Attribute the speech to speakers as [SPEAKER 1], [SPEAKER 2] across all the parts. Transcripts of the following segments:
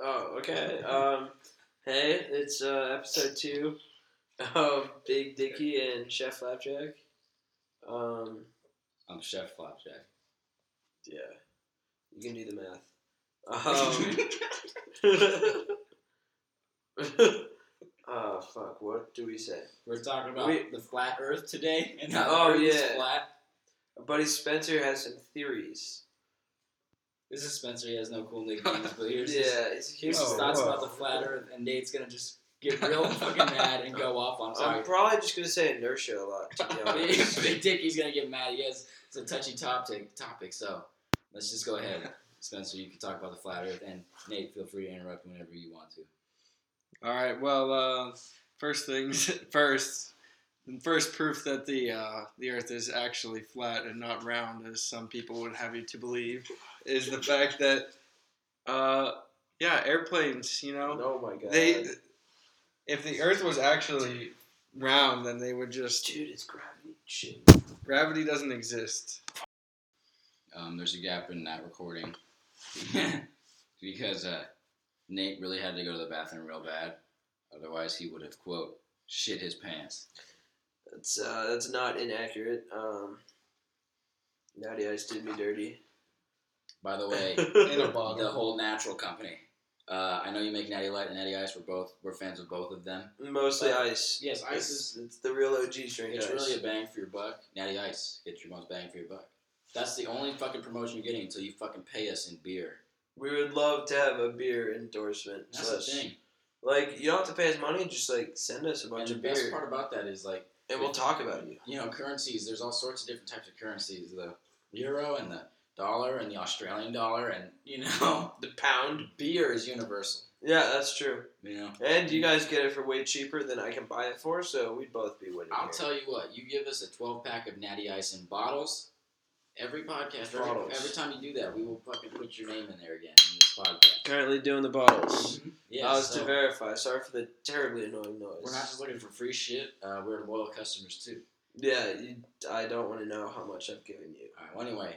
[SPEAKER 1] Oh, okay. Um, hey, it's uh, episode two of Big Dicky and Chef Flapjack. Um,
[SPEAKER 2] I'm Chef Flapjack.
[SPEAKER 1] yeah, you can do the math. Um, oh fuck! What do we say?
[SPEAKER 2] We're talking about
[SPEAKER 1] Wait.
[SPEAKER 2] the flat Earth today, and how
[SPEAKER 1] Oh,
[SPEAKER 2] the Earth is
[SPEAKER 1] yeah.
[SPEAKER 2] flat.
[SPEAKER 1] Buddy Spencer has some theories.
[SPEAKER 2] This is Spencer. He has no cool nicknames, but here's his,
[SPEAKER 1] Yeah, it's-
[SPEAKER 2] here's his
[SPEAKER 1] oh,
[SPEAKER 2] thoughts
[SPEAKER 1] oh.
[SPEAKER 2] about the flat Earth, and Nate's gonna just get real fucking mad and go off. I'm sorry.
[SPEAKER 1] I'm probably just gonna say inertia a lot. To be honest.
[SPEAKER 2] Big Dick, he's gonna get mad. He has it's a touchy topic. Topic. So let's just go ahead, Spencer. You can talk about the flat Earth, and Nate, feel free to interrupt whenever you want to.
[SPEAKER 3] All right. Well, uh, first things first. The first proof that the uh, the Earth is actually flat and not round, as some people would have you to believe, is the fact that, uh, yeah, airplanes. You know,
[SPEAKER 1] oh my god.
[SPEAKER 3] they if the Earth was actually round, then they would just
[SPEAKER 1] Dude, it's gravity. Shit.
[SPEAKER 3] gravity doesn't exist.
[SPEAKER 2] Um, there's a gap in that recording because uh, Nate really had to go to the bathroom real bad. Otherwise, he would have quote shit his pants.
[SPEAKER 1] That's uh, that's not inaccurate. Um, Natty Ice did me dirty.
[SPEAKER 2] By the way,
[SPEAKER 3] In a
[SPEAKER 2] the
[SPEAKER 3] bottle.
[SPEAKER 2] whole natural company. Uh, I know you make Natty Light and Natty Ice. We're both we're fans of both of them.
[SPEAKER 1] Mostly
[SPEAKER 2] But-
[SPEAKER 1] ice.
[SPEAKER 2] Yes,
[SPEAKER 1] Ice is it's the real OG straight
[SPEAKER 2] It's
[SPEAKER 1] ice.
[SPEAKER 2] really a bang for your buck. Natty Ice gets your most bang for your buck. That's the only fucking promotion you're getting until you fucking pay us in beer.
[SPEAKER 1] we would love to have a beer endorsement.
[SPEAKER 2] That's
[SPEAKER 1] slash-
[SPEAKER 2] the thing.
[SPEAKER 1] Like you don't have to pay us money. Just like send us a
[SPEAKER 2] And
[SPEAKER 1] bunch
[SPEAKER 2] the
[SPEAKER 1] of beer,
[SPEAKER 2] best part about that is like.
[SPEAKER 1] and we'll talk about you.
[SPEAKER 2] you know, currencies. There's all sorts of different types of currencies: the euro and the dollar and the Australian dollar, and you know,
[SPEAKER 1] The pound.
[SPEAKER 2] beer is universal.
[SPEAKER 1] Yeah, that's true.
[SPEAKER 2] You know,
[SPEAKER 1] And you guys get it for way cheaper than I can buy it for, so we'd both be winning.
[SPEAKER 2] I'll
[SPEAKER 1] here.
[SPEAKER 2] tell you what: you give us a 12 pack of Natty Ice in bottles. Every podcast,
[SPEAKER 1] Bottles.
[SPEAKER 2] every, every time you do that, we will fucking put your name in there again in this podcast.
[SPEAKER 3] Currently doing the bottles.
[SPEAKER 2] Yeah,
[SPEAKER 1] I was
[SPEAKER 2] so
[SPEAKER 1] to verify. Sorry for the terribly annoying noise.
[SPEAKER 2] we're not just looking for free shit. Uh, we're loyal customers too.
[SPEAKER 1] Yeah, you, I don't want to know how much I've given you.
[SPEAKER 2] All right. Well, anyway,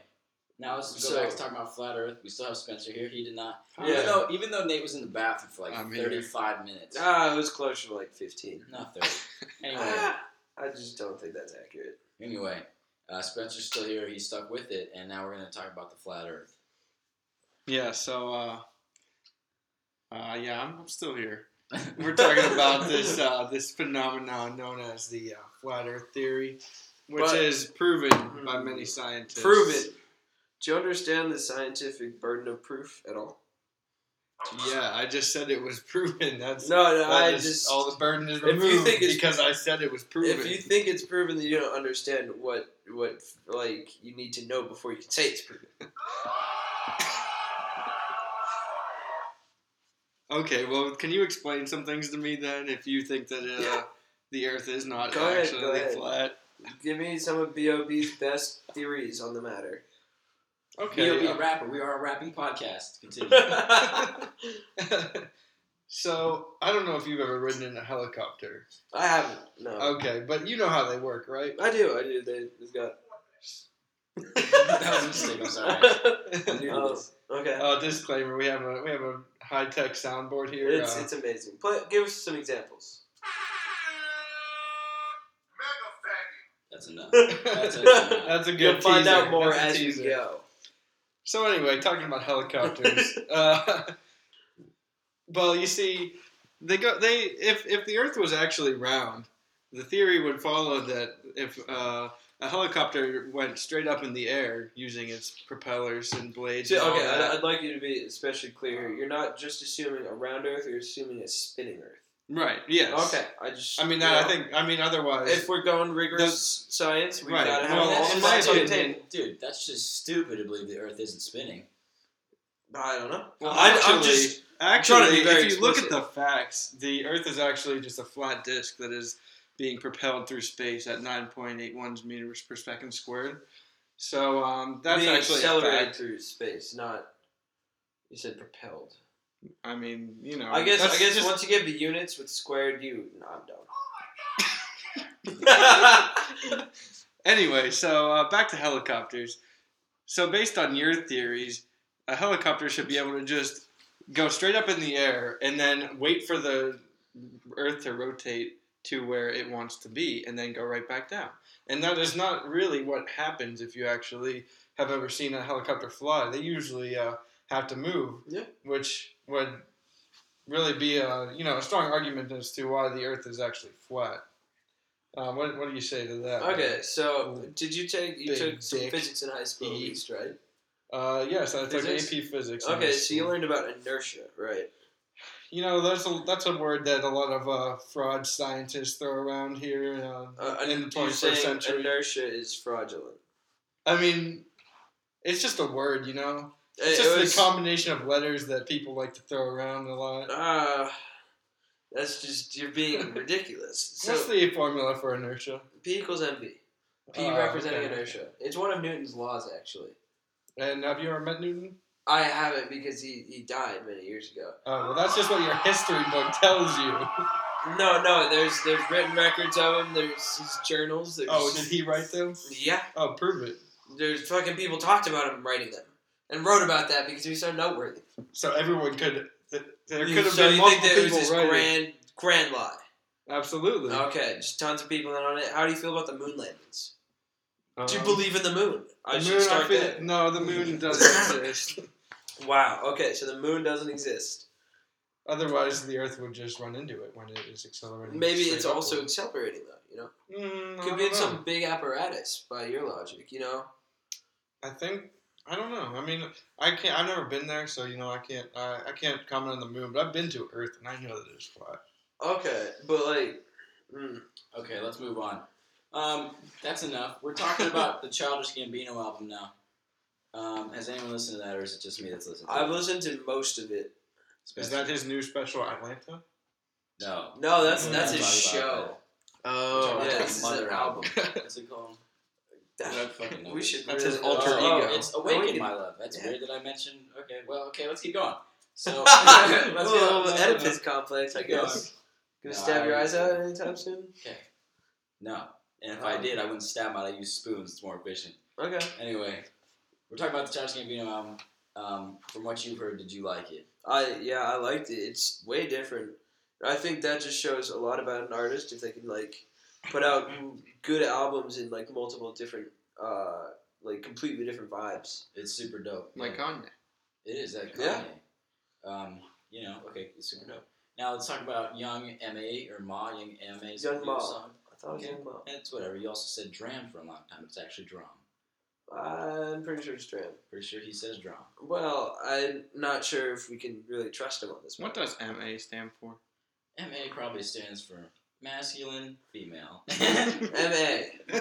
[SPEAKER 2] now let's go
[SPEAKER 1] So-
[SPEAKER 2] back to talking about flat Earth. We still have Spencer here. He did not.
[SPEAKER 1] Yeah.
[SPEAKER 2] Even though, even though Nate was in the bathroom for like
[SPEAKER 3] I'm here.
[SPEAKER 2] 35 minutes.
[SPEAKER 1] Ah, it was closer to like 15.
[SPEAKER 2] Not 30. Anyway,
[SPEAKER 1] Ah, I just don't think that's accurate.
[SPEAKER 2] anyway, uh, Spencer's still here. He stuck with it, and now we're gonna talk about the flat Earth.
[SPEAKER 3] Yeah. So, uh, uh, yeah, I'm, I'm still here. We're talking about this uh, this phenomenon known as the uh, flat Earth theory, which
[SPEAKER 1] But- Hmm.
[SPEAKER 3] is proven by many scientists.
[SPEAKER 1] Prove it. Do you understand the scientific burden of proof at all?
[SPEAKER 3] Yeah, I just said it was proven. That's
[SPEAKER 1] No, no,
[SPEAKER 3] that
[SPEAKER 1] I
[SPEAKER 3] is-
[SPEAKER 1] just.
[SPEAKER 3] all the burden is
[SPEAKER 1] If you
[SPEAKER 3] removed
[SPEAKER 1] think it's-
[SPEAKER 3] because I said it was proven.
[SPEAKER 1] if you think it's proven, then you don't understand what what like you need to know before you can say it's proven.
[SPEAKER 3] okay, well, can you explain some things to me then? If you think that uh,
[SPEAKER 1] Yeah.
[SPEAKER 3] the Earth is not
[SPEAKER 1] Go ahead,
[SPEAKER 3] actually
[SPEAKER 1] go ahead.
[SPEAKER 3] flat,
[SPEAKER 1] Give me some of Bob's best theories on the matter.
[SPEAKER 3] okay. uh,
[SPEAKER 2] You'll be a rapper. We are a rapping podcast. Continue.
[SPEAKER 1] I
[SPEAKER 3] uh, so I don't know if you've ever ridden in a helicopter.
[SPEAKER 1] haven't. No,
[SPEAKER 2] Oh.
[SPEAKER 3] Okay, but you know how they work, right?
[SPEAKER 1] I do. I do. They, they've got.
[SPEAKER 2] that was a mistake. I'm sorry. I knew
[SPEAKER 1] Oh,
[SPEAKER 2] this.
[SPEAKER 1] okay.
[SPEAKER 3] Oh, disclaimer: we have a we have a high tech soundboard here.
[SPEAKER 1] It's,
[SPEAKER 3] uh,
[SPEAKER 1] it's amazing. Play, give us some examples.
[SPEAKER 2] That's enough. That's enough.
[SPEAKER 3] that's a good.
[SPEAKER 1] You'll find
[SPEAKER 3] teaser.
[SPEAKER 1] out more
[SPEAKER 3] That's a
[SPEAKER 1] as you
[SPEAKER 3] teaser.
[SPEAKER 1] go.
[SPEAKER 3] So anyway, talking about helicopters. uh, well, you see, they go they if if the Earth was actually round, the theory would follow that if uh, a helicopter went straight up in the air using its propellers and blades.
[SPEAKER 1] So,
[SPEAKER 3] and all
[SPEAKER 1] okay, uh,
[SPEAKER 3] that-
[SPEAKER 1] I'd, I'd like you to be especially clear here. You're not just assuming a round Earth; you're assuming a spinning Earth.
[SPEAKER 3] right. Yes.
[SPEAKER 1] Okay, I just.
[SPEAKER 3] I mean,
[SPEAKER 1] you
[SPEAKER 3] that, I
[SPEAKER 1] know,
[SPEAKER 3] think. I mean, otherwise.
[SPEAKER 1] if we're going rigorous science, we
[SPEAKER 3] Right,
[SPEAKER 1] gotta have
[SPEAKER 3] well,
[SPEAKER 1] all
[SPEAKER 3] in
[SPEAKER 1] the
[SPEAKER 3] my
[SPEAKER 1] facts on the
[SPEAKER 3] opinion-
[SPEAKER 1] table.
[SPEAKER 2] Dude, that's just stupid to believe the Earth isn't spinning.
[SPEAKER 1] I don't know.
[SPEAKER 3] Well,
[SPEAKER 1] I, I'm
[SPEAKER 3] actually-
[SPEAKER 1] just.
[SPEAKER 3] Actually,
[SPEAKER 1] Trying to be very
[SPEAKER 3] if you look at
[SPEAKER 1] explicit.
[SPEAKER 3] the facts, the Earth is actually just a flat disk that is being propelled through space at 9.81 meters per second squared. So um, that's
[SPEAKER 1] You mean
[SPEAKER 3] actually a
[SPEAKER 1] accelerated
[SPEAKER 3] fact.
[SPEAKER 1] through space, not. You said propelled.
[SPEAKER 3] I mean, you know.
[SPEAKER 1] I guess. I
[SPEAKER 3] Um, that's
[SPEAKER 1] guess
[SPEAKER 3] just-
[SPEAKER 1] once you give the units with squared, you. No, I'm done.
[SPEAKER 3] Oh anyway, so uh, back to helicopters. So based on your theories, a helicopter should be able to just go straight up in the air and then wait for the Earth to rotate to where it wants to be, and then go right back down. And that is not really what happens if you actually have ever seen a helicopter fly. They usually uh, have to move,
[SPEAKER 1] Yeah.
[SPEAKER 3] which would really be a you know a strong argument as to why the Earth is actually flat. Uh, what, what do you say to that?
[SPEAKER 1] Okay, so did you take
[SPEAKER 3] Mm.
[SPEAKER 1] you
[SPEAKER 3] Big
[SPEAKER 1] took some
[SPEAKER 3] dick.
[SPEAKER 1] physics in high school at
[SPEAKER 3] Eat.
[SPEAKER 1] least, right?
[SPEAKER 3] Uh, yes, I took
[SPEAKER 1] Physics?
[SPEAKER 3] AP Physics. in
[SPEAKER 1] Okay,
[SPEAKER 3] high
[SPEAKER 1] so you
[SPEAKER 3] school.
[SPEAKER 1] learned about inertia, right?
[SPEAKER 3] You know, that's a that's a word that a lot of uh, fraud scientists throw around here uh,
[SPEAKER 1] Uh,
[SPEAKER 3] in the
[SPEAKER 1] and you're
[SPEAKER 3] twenty
[SPEAKER 1] saying
[SPEAKER 3] first century.
[SPEAKER 1] inertia is fraudulent.
[SPEAKER 3] I mean, it's just a word, you know. It's
[SPEAKER 1] It-
[SPEAKER 3] just
[SPEAKER 1] it
[SPEAKER 3] a
[SPEAKER 1] was-
[SPEAKER 3] combination of letters that people like to throw around a lot.
[SPEAKER 1] uh, that's just you're being ridiculous. So
[SPEAKER 3] What's the formula for inertia?
[SPEAKER 1] P equals mv. P
[SPEAKER 3] Uh,
[SPEAKER 1] representing
[SPEAKER 3] okay.
[SPEAKER 1] inertia. It's one of Newton's laws, actually.
[SPEAKER 3] And have you ever met Newton?
[SPEAKER 1] I haven't because he, he died many years ago.
[SPEAKER 3] Oh, well, that's just what your history book tells you.
[SPEAKER 1] No, no. There's there's written records of him. There's his journals. There's,
[SPEAKER 3] Oh, did he write them?
[SPEAKER 1] Yeah.
[SPEAKER 3] Oh, prove it.
[SPEAKER 1] There's fucking people talked about him writing them and wrote about that because he was so noteworthy.
[SPEAKER 3] So everyone could. th- There could have
[SPEAKER 1] so
[SPEAKER 3] been
[SPEAKER 1] you think
[SPEAKER 3] multiple
[SPEAKER 1] that it was
[SPEAKER 3] people writing.
[SPEAKER 1] his grand Uh, grand lie?
[SPEAKER 3] Absolutely.
[SPEAKER 1] Okay, just tons of people in on it. How do you feel about the moon landings? Do you
[SPEAKER 3] Um,
[SPEAKER 1] believe in the moon? I
[SPEAKER 3] the
[SPEAKER 1] should
[SPEAKER 3] moon,
[SPEAKER 1] start
[SPEAKER 3] feel-
[SPEAKER 1] there.
[SPEAKER 3] No, the moon doesn't exist.
[SPEAKER 1] Wow. Okay, so the moon doesn't exist.
[SPEAKER 3] Otherwise, the Earth would just run into it when it is accelerating.
[SPEAKER 1] Maybe it's
[SPEAKER 3] straight
[SPEAKER 1] also
[SPEAKER 3] upward.
[SPEAKER 1] accelerating though. You know,
[SPEAKER 3] Mm, I
[SPEAKER 1] could
[SPEAKER 3] don't
[SPEAKER 1] be in
[SPEAKER 3] know.
[SPEAKER 1] some big apparatus by your logic. You know.
[SPEAKER 3] I think I don't know. I mean, I can't. I've never been there, so you know, I can't. I, I can't comment on the moon, but I've been to Earth, and I know that it's flat.
[SPEAKER 1] Okay, but like, mm,
[SPEAKER 2] Okay, let's move on. Um, that's enough. We're talking about the Childish Gambino album now. Um, has anyone listened to that, or is it just me that's listened? To
[SPEAKER 1] I've
[SPEAKER 2] it?
[SPEAKER 1] listened to most of it.
[SPEAKER 3] Is
[SPEAKER 2] Especially-
[SPEAKER 3] that his new special, Atlanta?
[SPEAKER 2] No.
[SPEAKER 1] No, that's
[SPEAKER 3] Mm.
[SPEAKER 1] that's
[SPEAKER 2] Talking
[SPEAKER 1] his show.
[SPEAKER 2] about
[SPEAKER 1] Oh,
[SPEAKER 2] that.
[SPEAKER 1] yeah,
[SPEAKER 2] Talking
[SPEAKER 1] this is
[SPEAKER 2] about
[SPEAKER 1] an
[SPEAKER 2] the
[SPEAKER 1] album.
[SPEAKER 2] What's it called? I don't fucking know.
[SPEAKER 1] we should.
[SPEAKER 3] That's
[SPEAKER 1] really
[SPEAKER 3] his
[SPEAKER 1] go-
[SPEAKER 3] alter
[SPEAKER 1] oh,
[SPEAKER 3] ego.
[SPEAKER 2] It's Awaken
[SPEAKER 1] Awaken.
[SPEAKER 2] My Love. That's
[SPEAKER 1] Yeah.
[SPEAKER 2] weird that I mentioned. Okay, well, okay, let's keep going. So,
[SPEAKER 1] Oh,
[SPEAKER 2] let's
[SPEAKER 1] a
[SPEAKER 2] go.
[SPEAKER 1] little
[SPEAKER 2] No, no, no.
[SPEAKER 1] Oedipus complex, I
[SPEAKER 2] Keep going.
[SPEAKER 1] guess. Gonna
[SPEAKER 2] No,
[SPEAKER 1] stab
[SPEAKER 2] I
[SPEAKER 1] your
[SPEAKER 2] don't
[SPEAKER 1] eyes
[SPEAKER 2] know.
[SPEAKER 1] out anytime soon?
[SPEAKER 2] Okay. No. And if I
[SPEAKER 1] Um,
[SPEAKER 2] did, I wouldn't stab him out. I'd use spoons. It's more efficient.
[SPEAKER 1] Okay.
[SPEAKER 2] Anyway, we're talking about the Childish Gambino album. Um, from what you've heard, did you like it?
[SPEAKER 1] I yeah, I liked it. It's way different. I think that just shows a lot about an artist if they can like put out good albums in like multiple different uh like completely different vibes.
[SPEAKER 2] It's super dope.
[SPEAKER 3] Like Kanye.
[SPEAKER 2] It is that Kanye.
[SPEAKER 1] Yeah.
[SPEAKER 2] Um, you know, okay, it's super dope. Now let's talk about Young M.A. or Ma, Young M.A.'s
[SPEAKER 1] Young
[SPEAKER 2] new
[SPEAKER 1] Ma.
[SPEAKER 2] song.
[SPEAKER 1] I thought it was
[SPEAKER 2] Yeah.
[SPEAKER 1] Young Mo.
[SPEAKER 2] And it's whatever. You also said Dram for a long time. It's actually Drum.
[SPEAKER 1] I'm pretty sure it's Dram.
[SPEAKER 2] Pretty sure he says Drum.
[SPEAKER 1] Well, I'm not sure if we can really trust him on this one.
[SPEAKER 3] What does MA stand for?
[SPEAKER 2] M.A. probably stands for masculine, female.
[SPEAKER 1] MA.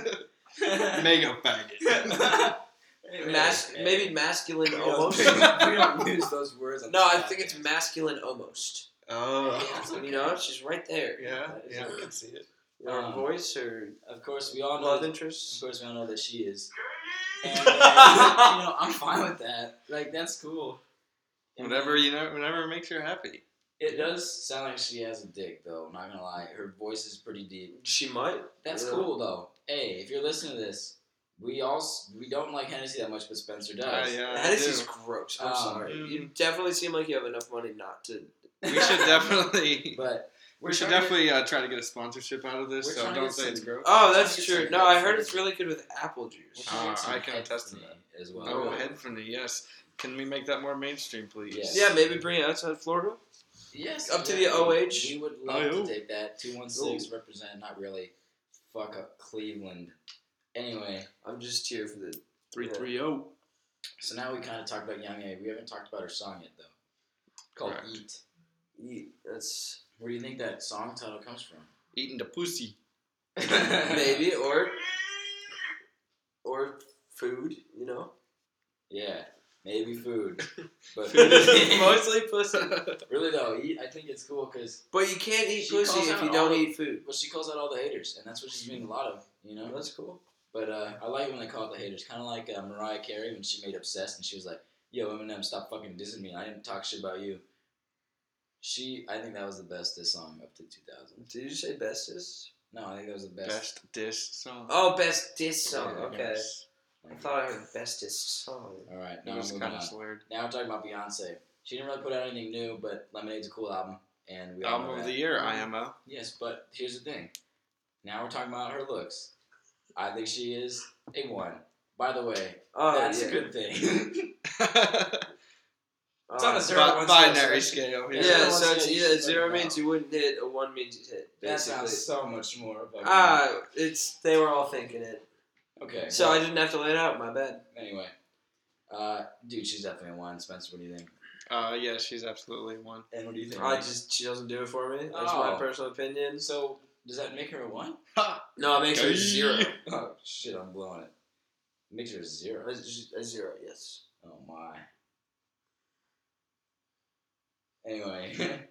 [SPEAKER 3] Mega faggot.
[SPEAKER 1] Mas- maybe masculine
[SPEAKER 2] We don't,
[SPEAKER 1] almost.
[SPEAKER 2] we don't use those words. on
[SPEAKER 1] No, I
[SPEAKER 2] this
[SPEAKER 1] think it's
[SPEAKER 2] podcast.
[SPEAKER 1] masculine almost.
[SPEAKER 3] oh.
[SPEAKER 1] You know, she's right there.
[SPEAKER 3] Yeah. Yeah. I can see it.
[SPEAKER 1] Her
[SPEAKER 2] Um,
[SPEAKER 1] voice, her
[SPEAKER 2] Of course, we all know.
[SPEAKER 1] love
[SPEAKER 2] That,
[SPEAKER 1] interest.
[SPEAKER 2] of course, we all know that she is. And, uh, you know, I'm fine with that. Like, that's cool.
[SPEAKER 3] Whatever you know, whatever makes you happy.
[SPEAKER 2] It does sound like she has a dick, though. I'm not gonna lie. Her voice is pretty deep.
[SPEAKER 1] She might.
[SPEAKER 2] That's
[SPEAKER 1] Yeah.
[SPEAKER 2] cool, though. Hey, if you're listening to this, we all s- we don't like Hennessy that much, but Spencer does.
[SPEAKER 3] Yeah, yeah, I
[SPEAKER 1] That
[SPEAKER 3] Uh,
[SPEAKER 1] is
[SPEAKER 3] do. Mm.
[SPEAKER 1] just gross. I'm
[SPEAKER 2] Um,
[SPEAKER 1] sorry. You definitely seem like you have enough money not to.
[SPEAKER 3] We should definitely.
[SPEAKER 2] But
[SPEAKER 3] We should
[SPEAKER 2] trying to-
[SPEAKER 3] definitely uh, try to get a sponsorship out of this.
[SPEAKER 2] We're
[SPEAKER 3] So
[SPEAKER 2] trying to
[SPEAKER 3] don't
[SPEAKER 2] get
[SPEAKER 3] say it's
[SPEAKER 2] some-
[SPEAKER 3] gross.
[SPEAKER 1] Oh,
[SPEAKER 2] It's
[SPEAKER 1] that's
[SPEAKER 2] like
[SPEAKER 1] true.
[SPEAKER 2] a
[SPEAKER 1] No, I
[SPEAKER 2] head
[SPEAKER 1] heard
[SPEAKER 2] for
[SPEAKER 1] it's
[SPEAKER 2] me.
[SPEAKER 1] really good with apple juice.
[SPEAKER 2] we're trying to get some
[SPEAKER 3] I can
[SPEAKER 2] head
[SPEAKER 3] attest to
[SPEAKER 2] from
[SPEAKER 3] that.
[SPEAKER 2] you as well.
[SPEAKER 3] Oh, head from the yes. Can we make that more mainstream, please?
[SPEAKER 2] Yes.
[SPEAKER 1] Yeah, maybe bring it outside Florida.
[SPEAKER 2] Yes.
[SPEAKER 1] Up to the OH.
[SPEAKER 2] We would love
[SPEAKER 3] IO.
[SPEAKER 2] to take that. 216 represent, not really. Fuck up Cleveland. Anyway,
[SPEAKER 1] I'm just here for the.
[SPEAKER 3] Three three zero.
[SPEAKER 2] so now we kind of talked about Young A. We haven't talked about her song yet, though. Called
[SPEAKER 3] Correct.
[SPEAKER 2] Eat.
[SPEAKER 1] Eat. That's
[SPEAKER 2] Where do you think that song title comes from?
[SPEAKER 3] Eating the pussy.
[SPEAKER 1] maybe or or food. You know.
[SPEAKER 2] Yeah. maybe food, but really,
[SPEAKER 1] Mostly pussy.
[SPEAKER 2] really though, he- I think it's cool because
[SPEAKER 1] But you can't eat
[SPEAKER 2] She
[SPEAKER 1] pussy
[SPEAKER 2] calls
[SPEAKER 1] if
[SPEAKER 2] out
[SPEAKER 1] you
[SPEAKER 2] all
[SPEAKER 1] don't
[SPEAKER 2] the-
[SPEAKER 1] eat food.
[SPEAKER 2] well, she calls out all the haters, and that's what she's doing a lot of, you know.
[SPEAKER 1] That's cool.
[SPEAKER 2] But uh, I like when they call it the haters, kind of like uh, Mariah Carey when she made "Obsessed" and she was like, "Yo, Eminem, stop fucking dissing me. I didn't talk shit about you." She, I think that was the best diss song up to 2000.
[SPEAKER 1] Did you say bestest?
[SPEAKER 2] No, I think that was the best.
[SPEAKER 3] Best diss song.
[SPEAKER 1] Oh, best diss song.
[SPEAKER 2] Yeah,
[SPEAKER 1] okay.
[SPEAKER 3] Yes.
[SPEAKER 1] I thought I heard bestest song.
[SPEAKER 2] All right,
[SPEAKER 3] It
[SPEAKER 2] now
[SPEAKER 3] was
[SPEAKER 2] moving
[SPEAKER 3] kind
[SPEAKER 2] on.
[SPEAKER 3] of slurred.
[SPEAKER 2] Now we're talking about Beyonce. She didn't really put out anything new, but Lemonade's a cool album, and we all
[SPEAKER 3] Album
[SPEAKER 2] know
[SPEAKER 3] of
[SPEAKER 2] that.
[SPEAKER 3] the year, IMO.
[SPEAKER 2] Yes, but here's the thing. Now we're talking about her looks. I think she is a one. By the way,
[SPEAKER 1] Oh,
[SPEAKER 2] that's
[SPEAKER 1] yeah.
[SPEAKER 2] a good thing.
[SPEAKER 1] Oh,
[SPEAKER 2] It's on a zero.
[SPEAKER 3] Bi-
[SPEAKER 2] one's
[SPEAKER 3] binary
[SPEAKER 2] listening.
[SPEAKER 3] scale.
[SPEAKER 1] Yeah,
[SPEAKER 3] Yeah.
[SPEAKER 2] Zero one's
[SPEAKER 1] so it's,
[SPEAKER 2] good, you
[SPEAKER 1] yeah,
[SPEAKER 2] just
[SPEAKER 1] zero
[SPEAKER 2] like,
[SPEAKER 1] means you wouldn't hit, a one means you hit.
[SPEAKER 2] that
[SPEAKER 1] Basically.
[SPEAKER 2] sounds so much more. fucking-
[SPEAKER 1] Ah, it's they were all thinking it.
[SPEAKER 2] okay.
[SPEAKER 1] So I didn't have to lay it out. My bad.
[SPEAKER 2] anyway, uh, dude, she's definitely a one. Spencer, what do you think?
[SPEAKER 3] Uh, yeah, she's absolutely one.
[SPEAKER 2] And what do you think?
[SPEAKER 1] I
[SPEAKER 2] Nick?
[SPEAKER 1] just she doesn't do it for me. That's my
[SPEAKER 2] Oh.
[SPEAKER 1] personal opinion.
[SPEAKER 2] so does that make her a one?
[SPEAKER 1] No, it makes her a zero.
[SPEAKER 2] Oh shit, I'm blowing it. Makes her a zero.
[SPEAKER 1] A, z- a zero, yes.
[SPEAKER 2] Oh my. Anyway,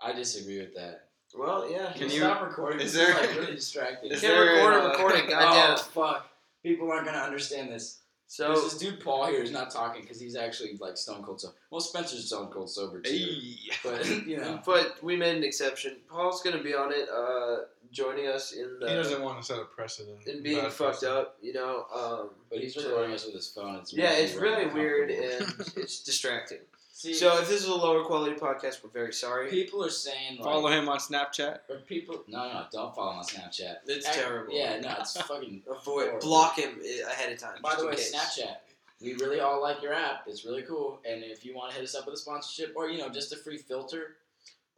[SPEAKER 2] I disagree with that.
[SPEAKER 1] Well, yeah.
[SPEAKER 3] Can you-
[SPEAKER 2] stop recording?
[SPEAKER 3] is
[SPEAKER 2] This is
[SPEAKER 3] there-
[SPEAKER 2] like really distracting.
[SPEAKER 3] is
[SPEAKER 1] Can't
[SPEAKER 3] there
[SPEAKER 1] record
[SPEAKER 3] an,
[SPEAKER 1] or
[SPEAKER 3] uh,
[SPEAKER 1] record it.
[SPEAKER 2] oh
[SPEAKER 1] Goddamn.
[SPEAKER 2] fuck! People aren't gonna understand this.
[SPEAKER 1] So
[SPEAKER 2] There's this dude Paul here is not talking because he's actually like stone cold sober. Well, Spencer's stone cold sober too, but you know.
[SPEAKER 1] But we made an exception. Paul's gonna be on it, uh, joining us in
[SPEAKER 3] he
[SPEAKER 1] the
[SPEAKER 3] doesn't want to set a precedent.
[SPEAKER 1] in being
[SPEAKER 3] about
[SPEAKER 1] fucked
[SPEAKER 3] this.
[SPEAKER 1] up. You know. Um,
[SPEAKER 2] But he's
[SPEAKER 1] so-
[SPEAKER 2] recording us with his phone. It's
[SPEAKER 1] yeah,
[SPEAKER 2] making
[SPEAKER 1] it's
[SPEAKER 2] me
[SPEAKER 1] really
[SPEAKER 2] uncomfortable.
[SPEAKER 1] weird and it's distracting.
[SPEAKER 2] See,
[SPEAKER 1] So if this is a lower quality podcast, we're very sorry.
[SPEAKER 2] people are saying like,
[SPEAKER 3] Follow him on Snapchat.
[SPEAKER 2] or people. No, no, don't follow him on Snapchat.
[SPEAKER 1] It's
[SPEAKER 2] Act-
[SPEAKER 1] terrible.
[SPEAKER 2] Yeah, no, it's fucking.
[SPEAKER 1] Avoid
[SPEAKER 2] horrible.
[SPEAKER 1] block him i- ahead of time.
[SPEAKER 2] By
[SPEAKER 1] just
[SPEAKER 2] the
[SPEAKER 1] in
[SPEAKER 2] way,
[SPEAKER 1] case.
[SPEAKER 2] Snapchat. We really all like your app. It's really cool. And if you want to hit us up with a sponsorship or you know just a free filter,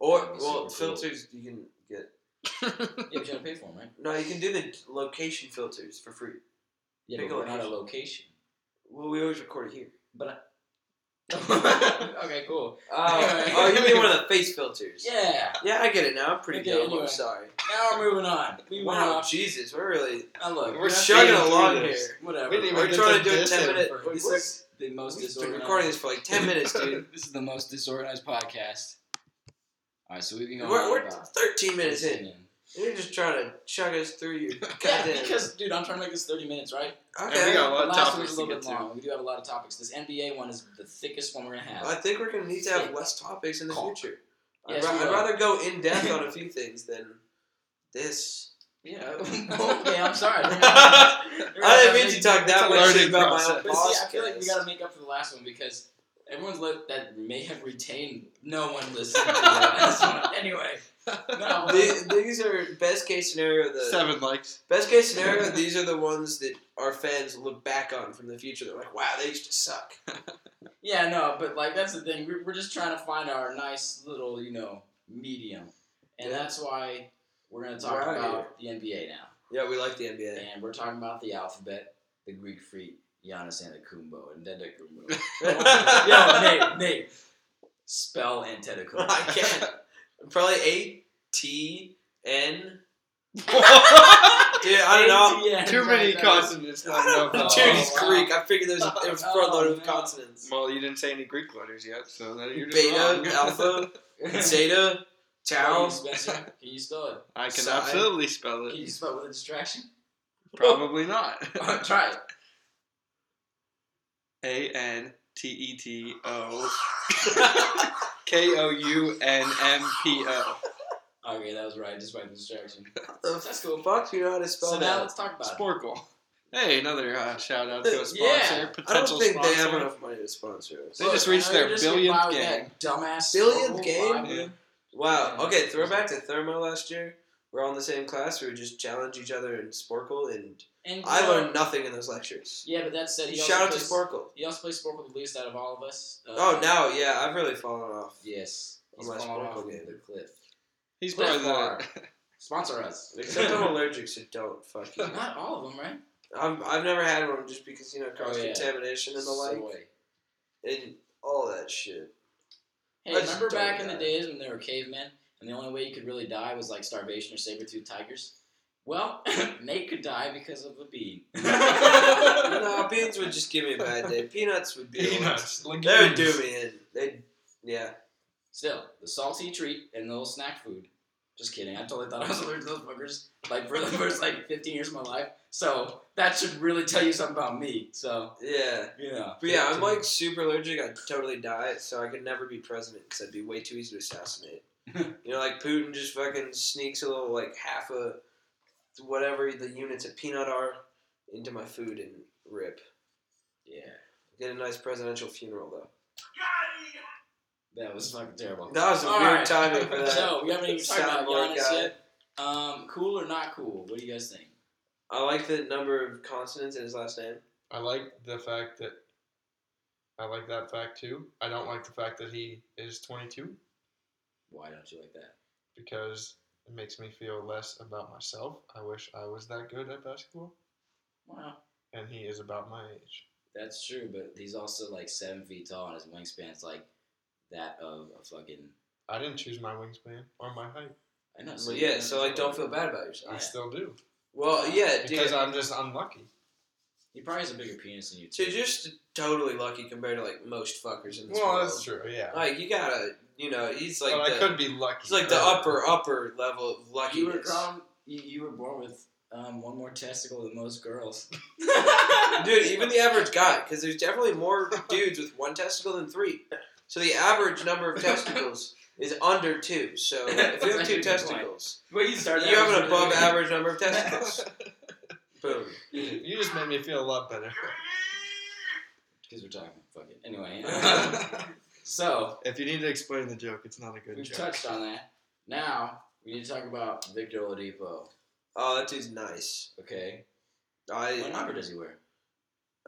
[SPEAKER 1] Or
[SPEAKER 2] That'd be
[SPEAKER 1] well,
[SPEAKER 2] super cool.
[SPEAKER 1] filters you can get.
[SPEAKER 2] yeah, but you gotta pay for them, right?
[SPEAKER 1] No, you can do the location filters for free.
[SPEAKER 2] Yeah,
[SPEAKER 1] Pick
[SPEAKER 2] but
[SPEAKER 1] a
[SPEAKER 2] we're not a
[SPEAKER 1] location.
[SPEAKER 2] location.
[SPEAKER 1] Well, we always record here.
[SPEAKER 2] But I... okay, cool.
[SPEAKER 1] Uh, oh, you mean one of the face filters?
[SPEAKER 2] Yeah.
[SPEAKER 1] Yeah, I get it now. I'm pretty
[SPEAKER 2] Okay,
[SPEAKER 1] dumb.
[SPEAKER 2] anyway.
[SPEAKER 1] I'm sorry.
[SPEAKER 2] Now we're moving on. We went
[SPEAKER 1] Wow,
[SPEAKER 2] off.
[SPEAKER 1] Jesus, we're really
[SPEAKER 2] Now look,
[SPEAKER 3] We're
[SPEAKER 1] we're
[SPEAKER 2] not-
[SPEAKER 3] shoving
[SPEAKER 1] chugging
[SPEAKER 3] through
[SPEAKER 1] along
[SPEAKER 3] this.
[SPEAKER 1] here.
[SPEAKER 2] Whatever.
[SPEAKER 3] We didn't even
[SPEAKER 1] We're
[SPEAKER 3] get
[SPEAKER 1] trying
[SPEAKER 3] to
[SPEAKER 1] to do a
[SPEAKER 3] this
[SPEAKER 1] ten
[SPEAKER 3] ever.
[SPEAKER 1] minute.
[SPEAKER 2] This
[SPEAKER 1] we're-
[SPEAKER 2] is the most
[SPEAKER 1] We've been
[SPEAKER 2] disorganized.
[SPEAKER 1] recording this for like ten minutes, dude.
[SPEAKER 2] This is the most disorganized podcast. All right, so we've been going
[SPEAKER 1] We're,
[SPEAKER 2] on
[SPEAKER 1] we're
[SPEAKER 2] about
[SPEAKER 1] thirteen minutes
[SPEAKER 2] 15
[SPEAKER 1] in. And you're just trying to chug us through your
[SPEAKER 2] Yeah,
[SPEAKER 1] goddamn.
[SPEAKER 2] because dude, I'm trying to make this 30 minutes, right?
[SPEAKER 3] Yeah, we
[SPEAKER 1] okay.
[SPEAKER 3] got a lot
[SPEAKER 2] The
[SPEAKER 3] of
[SPEAKER 2] last one's
[SPEAKER 3] topics
[SPEAKER 2] a
[SPEAKER 3] to
[SPEAKER 2] little
[SPEAKER 3] get
[SPEAKER 2] bit
[SPEAKER 3] to.
[SPEAKER 2] long. We do have a lot of topics. This NBA one is the thickest one we're gonna have.
[SPEAKER 1] I think we're gonna need to have less topics in the
[SPEAKER 2] Cock.
[SPEAKER 1] future.
[SPEAKER 2] Yes,
[SPEAKER 1] I'd,
[SPEAKER 2] we
[SPEAKER 1] ra- I'd
[SPEAKER 2] will.
[SPEAKER 1] rather go in depth on a few things than this.
[SPEAKER 2] yeah.
[SPEAKER 3] Oh,
[SPEAKER 2] okay, I'm sorry. We're gonna-
[SPEAKER 1] I
[SPEAKER 2] we're gonna
[SPEAKER 1] I
[SPEAKER 2] have
[SPEAKER 1] didn't mean to
[SPEAKER 2] make-
[SPEAKER 1] talk that
[SPEAKER 3] a
[SPEAKER 1] much shit
[SPEAKER 3] learning
[SPEAKER 1] about my
[SPEAKER 3] process.
[SPEAKER 1] own
[SPEAKER 2] But
[SPEAKER 1] podcast.
[SPEAKER 2] see, I feel like we gotta make up for the last one because everyone's let that may have retained. No one listened to the last one. Anyway, no.
[SPEAKER 1] The- these are best case scenario. The
[SPEAKER 3] Seven likes.
[SPEAKER 1] best case scenario. These are the ones that our fans look back on from the future. They're like, "Wow, they used to suck."
[SPEAKER 2] Yeah, no, but like that's the thing. We're, we're just trying to find our nice little, you know, medium, and
[SPEAKER 1] Yeah.
[SPEAKER 2] that's why we're gonna talk
[SPEAKER 1] Right.
[SPEAKER 2] about the NBA now,
[SPEAKER 1] Yeah, we like the NBA.
[SPEAKER 2] and we're talking about the alphabet, the Greek freak, Giannis Antetokounmpo, and Antetokounmpo. Yo, Nate, Nate, spell
[SPEAKER 1] I
[SPEAKER 2] Antetokounmpo.
[SPEAKER 1] can't. Probably A T N.
[SPEAKER 3] Too
[SPEAKER 1] Dude, I don't know.
[SPEAKER 2] ATN.
[SPEAKER 3] many
[SPEAKER 2] Right,
[SPEAKER 3] consonants.
[SPEAKER 1] I don't
[SPEAKER 3] Not
[SPEAKER 1] know.
[SPEAKER 3] enough.
[SPEAKER 1] Dude,
[SPEAKER 2] Oh,
[SPEAKER 1] he's
[SPEAKER 2] wow.
[SPEAKER 1] Greek. I figured there was, there was a front load
[SPEAKER 2] Oh,
[SPEAKER 1] of
[SPEAKER 2] no.
[SPEAKER 1] consonants.
[SPEAKER 3] Well, you didn't say any Greek letters yet, so that you're just
[SPEAKER 1] Beta,
[SPEAKER 3] wrong.
[SPEAKER 1] alpha,
[SPEAKER 2] now.
[SPEAKER 1] zeta, tau.
[SPEAKER 2] Spencer, can you spell
[SPEAKER 3] I can
[SPEAKER 1] Psi.
[SPEAKER 3] absolutely spell
[SPEAKER 2] it? Can
[SPEAKER 3] it.
[SPEAKER 2] you spell it with a distraction?
[SPEAKER 3] Probably not.
[SPEAKER 2] Alright, Try it.
[SPEAKER 3] A N T E T O K O U N M P O.
[SPEAKER 2] Okay, that was right. Just by the distraction.
[SPEAKER 1] The
[SPEAKER 2] That's cool.
[SPEAKER 1] fuck, do you know how to spell
[SPEAKER 2] So now
[SPEAKER 1] that?
[SPEAKER 2] let's talk about it.
[SPEAKER 3] Sporkle. Hey, another uh, shout out to a sponsor.
[SPEAKER 2] Yeah.
[SPEAKER 1] I don't
[SPEAKER 3] Potential
[SPEAKER 1] think
[SPEAKER 3] sponsor.
[SPEAKER 1] they have enough money to sponsor us.
[SPEAKER 3] They just reached their billionth
[SPEAKER 2] game. Dumbass.
[SPEAKER 1] Billionth
[SPEAKER 2] Scrabble
[SPEAKER 1] game?
[SPEAKER 2] Bible.
[SPEAKER 3] Yeah.
[SPEAKER 1] Wow.
[SPEAKER 2] Yeah.
[SPEAKER 1] Okay, throwback to Thermo last year. We're all in the same class. We would just challenge each other in Sporkle, and
[SPEAKER 2] And,
[SPEAKER 1] I
[SPEAKER 2] uh,
[SPEAKER 1] learned nothing in those lectures.
[SPEAKER 2] Yeah, but that said, he
[SPEAKER 1] Shout out
[SPEAKER 2] also
[SPEAKER 1] to
[SPEAKER 2] plays,
[SPEAKER 1] Sporkle.
[SPEAKER 2] He also plays Sporkle the least out of all of us. Uh,
[SPEAKER 1] Oh, now, yeah, I've really fallen off.
[SPEAKER 2] Yes. He's
[SPEAKER 1] Oh, my
[SPEAKER 2] falling off
[SPEAKER 1] Sporkle game.
[SPEAKER 2] the cliff.
[SPEAKER 3] He's
[SPEAKER 2] Cliff
[SPEAKER 3] probably
[SPEAKER 2] Bar.
[SPEAKER 3] the.
[SPEAKER 2] Sponsor us.
[SPEAKER 1] Except I'm allergic, so don't fuck you.
[SPEAKER 2] Not all of them, right?
[SPEAKER 1] I'm, I've never had one just because, you know, cross
[SPEAKER 2] Oh, yeah.
[SPEAKER 1] contamination and the like.
[SPEAKER 2] Soy.
[SPEAKER 1] And all that shit.
[SPEAKER 2] Hey,
[SPEAKER 1] Let's
[SPEAKER 2] remember
[SPEAKER 1] do
[SPEAKER 2] back in
[SPEAKER 1] that.
[SPEAKER 2] the days when there were cavemen and the only way you could really die was like starvation or saber-toothed tigers? Well, Nate could die because of a bean.
[SPEAKER 1] no, beans would just give me a bad day. Peanuts would be. the
[SPEAKER 3] Peanuts.
[SPEAKER 1] ones- They would do me in. They, yeah.
[SPEAKER 2] Still, the salty treat and the little snack food. Just kidding. I totally thought I was allergic to those fuckers. Like for the first like 15 years of my life. So that should really tell you something about me. So
[SPEAKER 1] Yeah.
[SPEAKER 2] you know.
[SPEAKER 1] But yeah, I'm like super allergic. I'd totally die, so I could never be president because I'd be way too easy to assassinate. you know, like Putin just fucking sneaks a little, like half a whatever the units of peanut are into my food and rip.
[SPEAKER 2] Yeah,
[SPEAKER 1] Get a nice presidential funeral though.
[SPEAKER 2] that was fucking terrible.
[SPEAKER 1] That was a
[SPEAKER 2] All
[SPEAKER 1] weird
[SPEAKER 2] right.
[SPEAKER 1] timing for that.
[SPEAKER 2] So we haven't even talked about
[SPEAKER 1] Soundboard
[SPEAKER 2] Giannis
[SPEAKER 1] guy.
[SPEAKER 2] yet. Um, cool or not cool? What do you guys think?
[SPEAKER 1] I like the number of consonants in his last name.
[SPEAKER 3] I like the fact that I like that fact too. I don't like the fact that he is 22
[SPEAKER 2] Why don't you like that?
[SPEAKER 3] because it makes me feel less about myself. I wish I was that good at basketball,
[SPEAKER 2] Wow,
[SPEAKER 3] and he is about my age.
[SPEAKER 2] that's true. But he's also like seven feet tall, and his wingspan's like that of a fucking.
[SPEAKER 3] I didn't choose my wingspan or my height.
[SPEAKER 2] I know.
[SPEAKER 1] But
[SPEAKER 2] you-
[SPEAKER 1] yeah, so like, don't feel bad about
[SPEAKER 3] I
[SPEAKER 1] yourself.
[SPEAKER 2] Yeah.
[SPEAKER 3] still do
[SPEAKER 1] Well, yeah, dude.
[SPEAKER 3] because I'm just unlucky.
[SPEAKER 2] He probably has a bigger penis than you.
[SPEAKER 1] So
[SPEAKER 2] Too.
[SPEAKER 1] you're just totally lucky compared to like most fuckers in this
[SPEAKER 3] Well,
[SPEAKER 1] world.
[SPEAKER 3] that's true. Yeah,
[SPEAKER 1] Like you gotta, you know, he's like
[SPEAKER 3] but
[SPEAKER 1] the,
[SPEAKER 3] I could be lucky.
[SPEAKER 1] he's like the
[SPEAKER 3] earlier.
[SPEAKER 1] upper upper level of
[SPEAKER 2] You were
[SPEAKER 1] luckiness.
[SPEAKER 2] grown. You, you were born with um, one more testicle than most girls.
[SPEAKER 1] Dude, even the average guy, because there's definitely more dudes with one testicle than three. So the average number of testicles is under two. So if you have
[SPEAKER 2] That's a
[SPEAKER 1] two
[SPEAKER 2] good
[SPEAKER 1] testicles,
[SPEAKER 2] Well, you
[SPEAKER 1] you
[SPEAKER 2] started. out
[SPEAKER 1] have
[SPEAKER 2] with
[SPEAKER 1] an above
[SPEAKER 2] really-
[SPEAKER 1] average number of testicles. Boom.
[SPEAKER 3] You just made me feel a lot better.
[SPEAKER 2] Because we're talking. Fuck it. Anyway. um, so
[SPEAKER 3] if you need to explain the joke, it's not a good
[SPEAKER 2] we've
[SPEAKER 3] joke.
[SPEAKER 2] touched on that. Now we need to talk about Victor Oladipo.
[SPEAKER 1] Oh, that dude's nice.
[SPEAKER 2] Okay. What
[SPEAKER 1] I
[SPEAKER 2] number does he wear?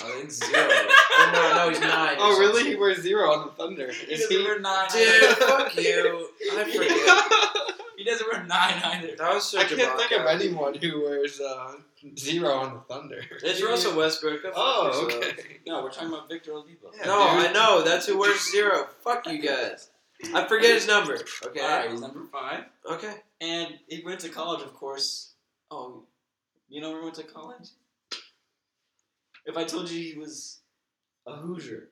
[SPEAKER 1] I think zero. Oh, no, no, he's nine.
[SPEAKER 3] oh, really? He wears zero on the Thunder.
[SPEAKER 2] He
[SPEAKER 3] Is
[SPEAKER 2] doesn't
[SPEAKER 3] he?
[SPEAKER 2] wear nine.
[SPEAKER 1] Dude, fuck you. I forget.
[SPEAKER 2] He doesn't wear nine either.
[SPEAKER 1] That was
[SPEAKER 3] I
[SPEAKER 1] such a
[SPEAKER 3] can't think of
[SPEAKER 1] knockout.
[SPEAKER 3] anyone who wears uh, zero on the Thunder.
[SPEAKER 1] It's Russell Westbrook. Go fuck
[SPEAKER 3] Oh,
[SPEAKER 1] yourself.
[SPEAKER 3] okay.
[SPEAKER 2] No, we're talking about Victor Oladipo.
[SPEAKER 3] Yeah,
[SPEAKER 1] No,
[SPEAKER 3] dude.
[SPEAKER 1] I know. That's who wears zero. Fuck you guys. I forget his number. Okay.
[SPEAKER 2] All right, he's number five,
[SPEAKER 1] Okay.
[SPEAKER 2] and he went to college, of course. Oh, you know where he went to college? If I told you he was a Hoosier,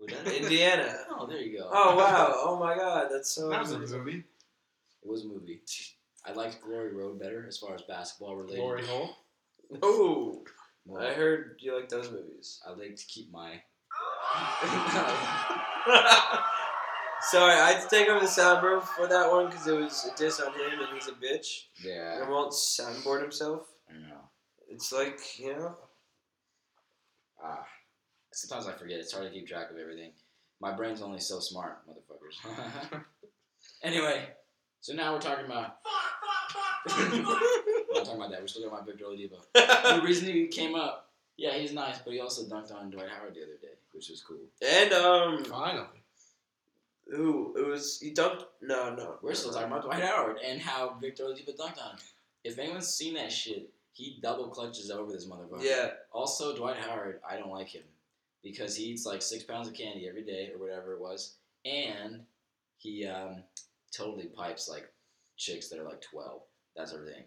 [SPEAKER 2] would that?
[SPEAKER 1] Indiana.
[SPEAKER 2] oh, there you go.
[SPEAKER 1] Oh wow. Oh my god. That's so.
[SPEAKER 3] That was a movie.
[SPEAKER 2] It was a movie. I liked Glory Road better as far as basketball related.
[SPEAKER 3] Glory hole.
[SPEAKER 1] Oh,
[SPEAKER 2] More.
[SPEAKER 1] I heard you like those movies.
[SPEAKER 2] I like to keep my.
[SPEAKER 1] Sorry, I had to take over the soundboard for that one because it was a diss on him and he's a bitch.
[SPEAKER 2] yeah.
[SPEAKER 1] And won't soundboard himself.
[SPEAKER 2] I don't know.
[SPEAKER 1] It's like you know.
[SPEAKER 2] Ah, sometimes I forget. It's hard to keep track of everything. My brain's only so smart, motherfuckers. anyway, so now we're talking about. we're not talking about that. We're still talking about Victor Oladipo. the reason he came up, yeah, he's nice, but he also dunked on Dwight Howard the other day, which was cool.
[SPEAKER 1] and um,
[SPEAKER 3] Finally.
[SPEAKER 1] ooh, it was he dunked. No, no.
[SPEAKER 2] We're still talking about Dwight Howard and how Victor Oladipo dunked on him. If anyone's seen that shit, he double clutches over this motherfucker.
[SPEAKER 1] Yeah.
[SPEAKER 2] Also, Dwight Howard, I don't like him because he eats like six pounds of candy every day or whatever it was, and he um, totally pipes like chicks that are like twelve. That's a thing.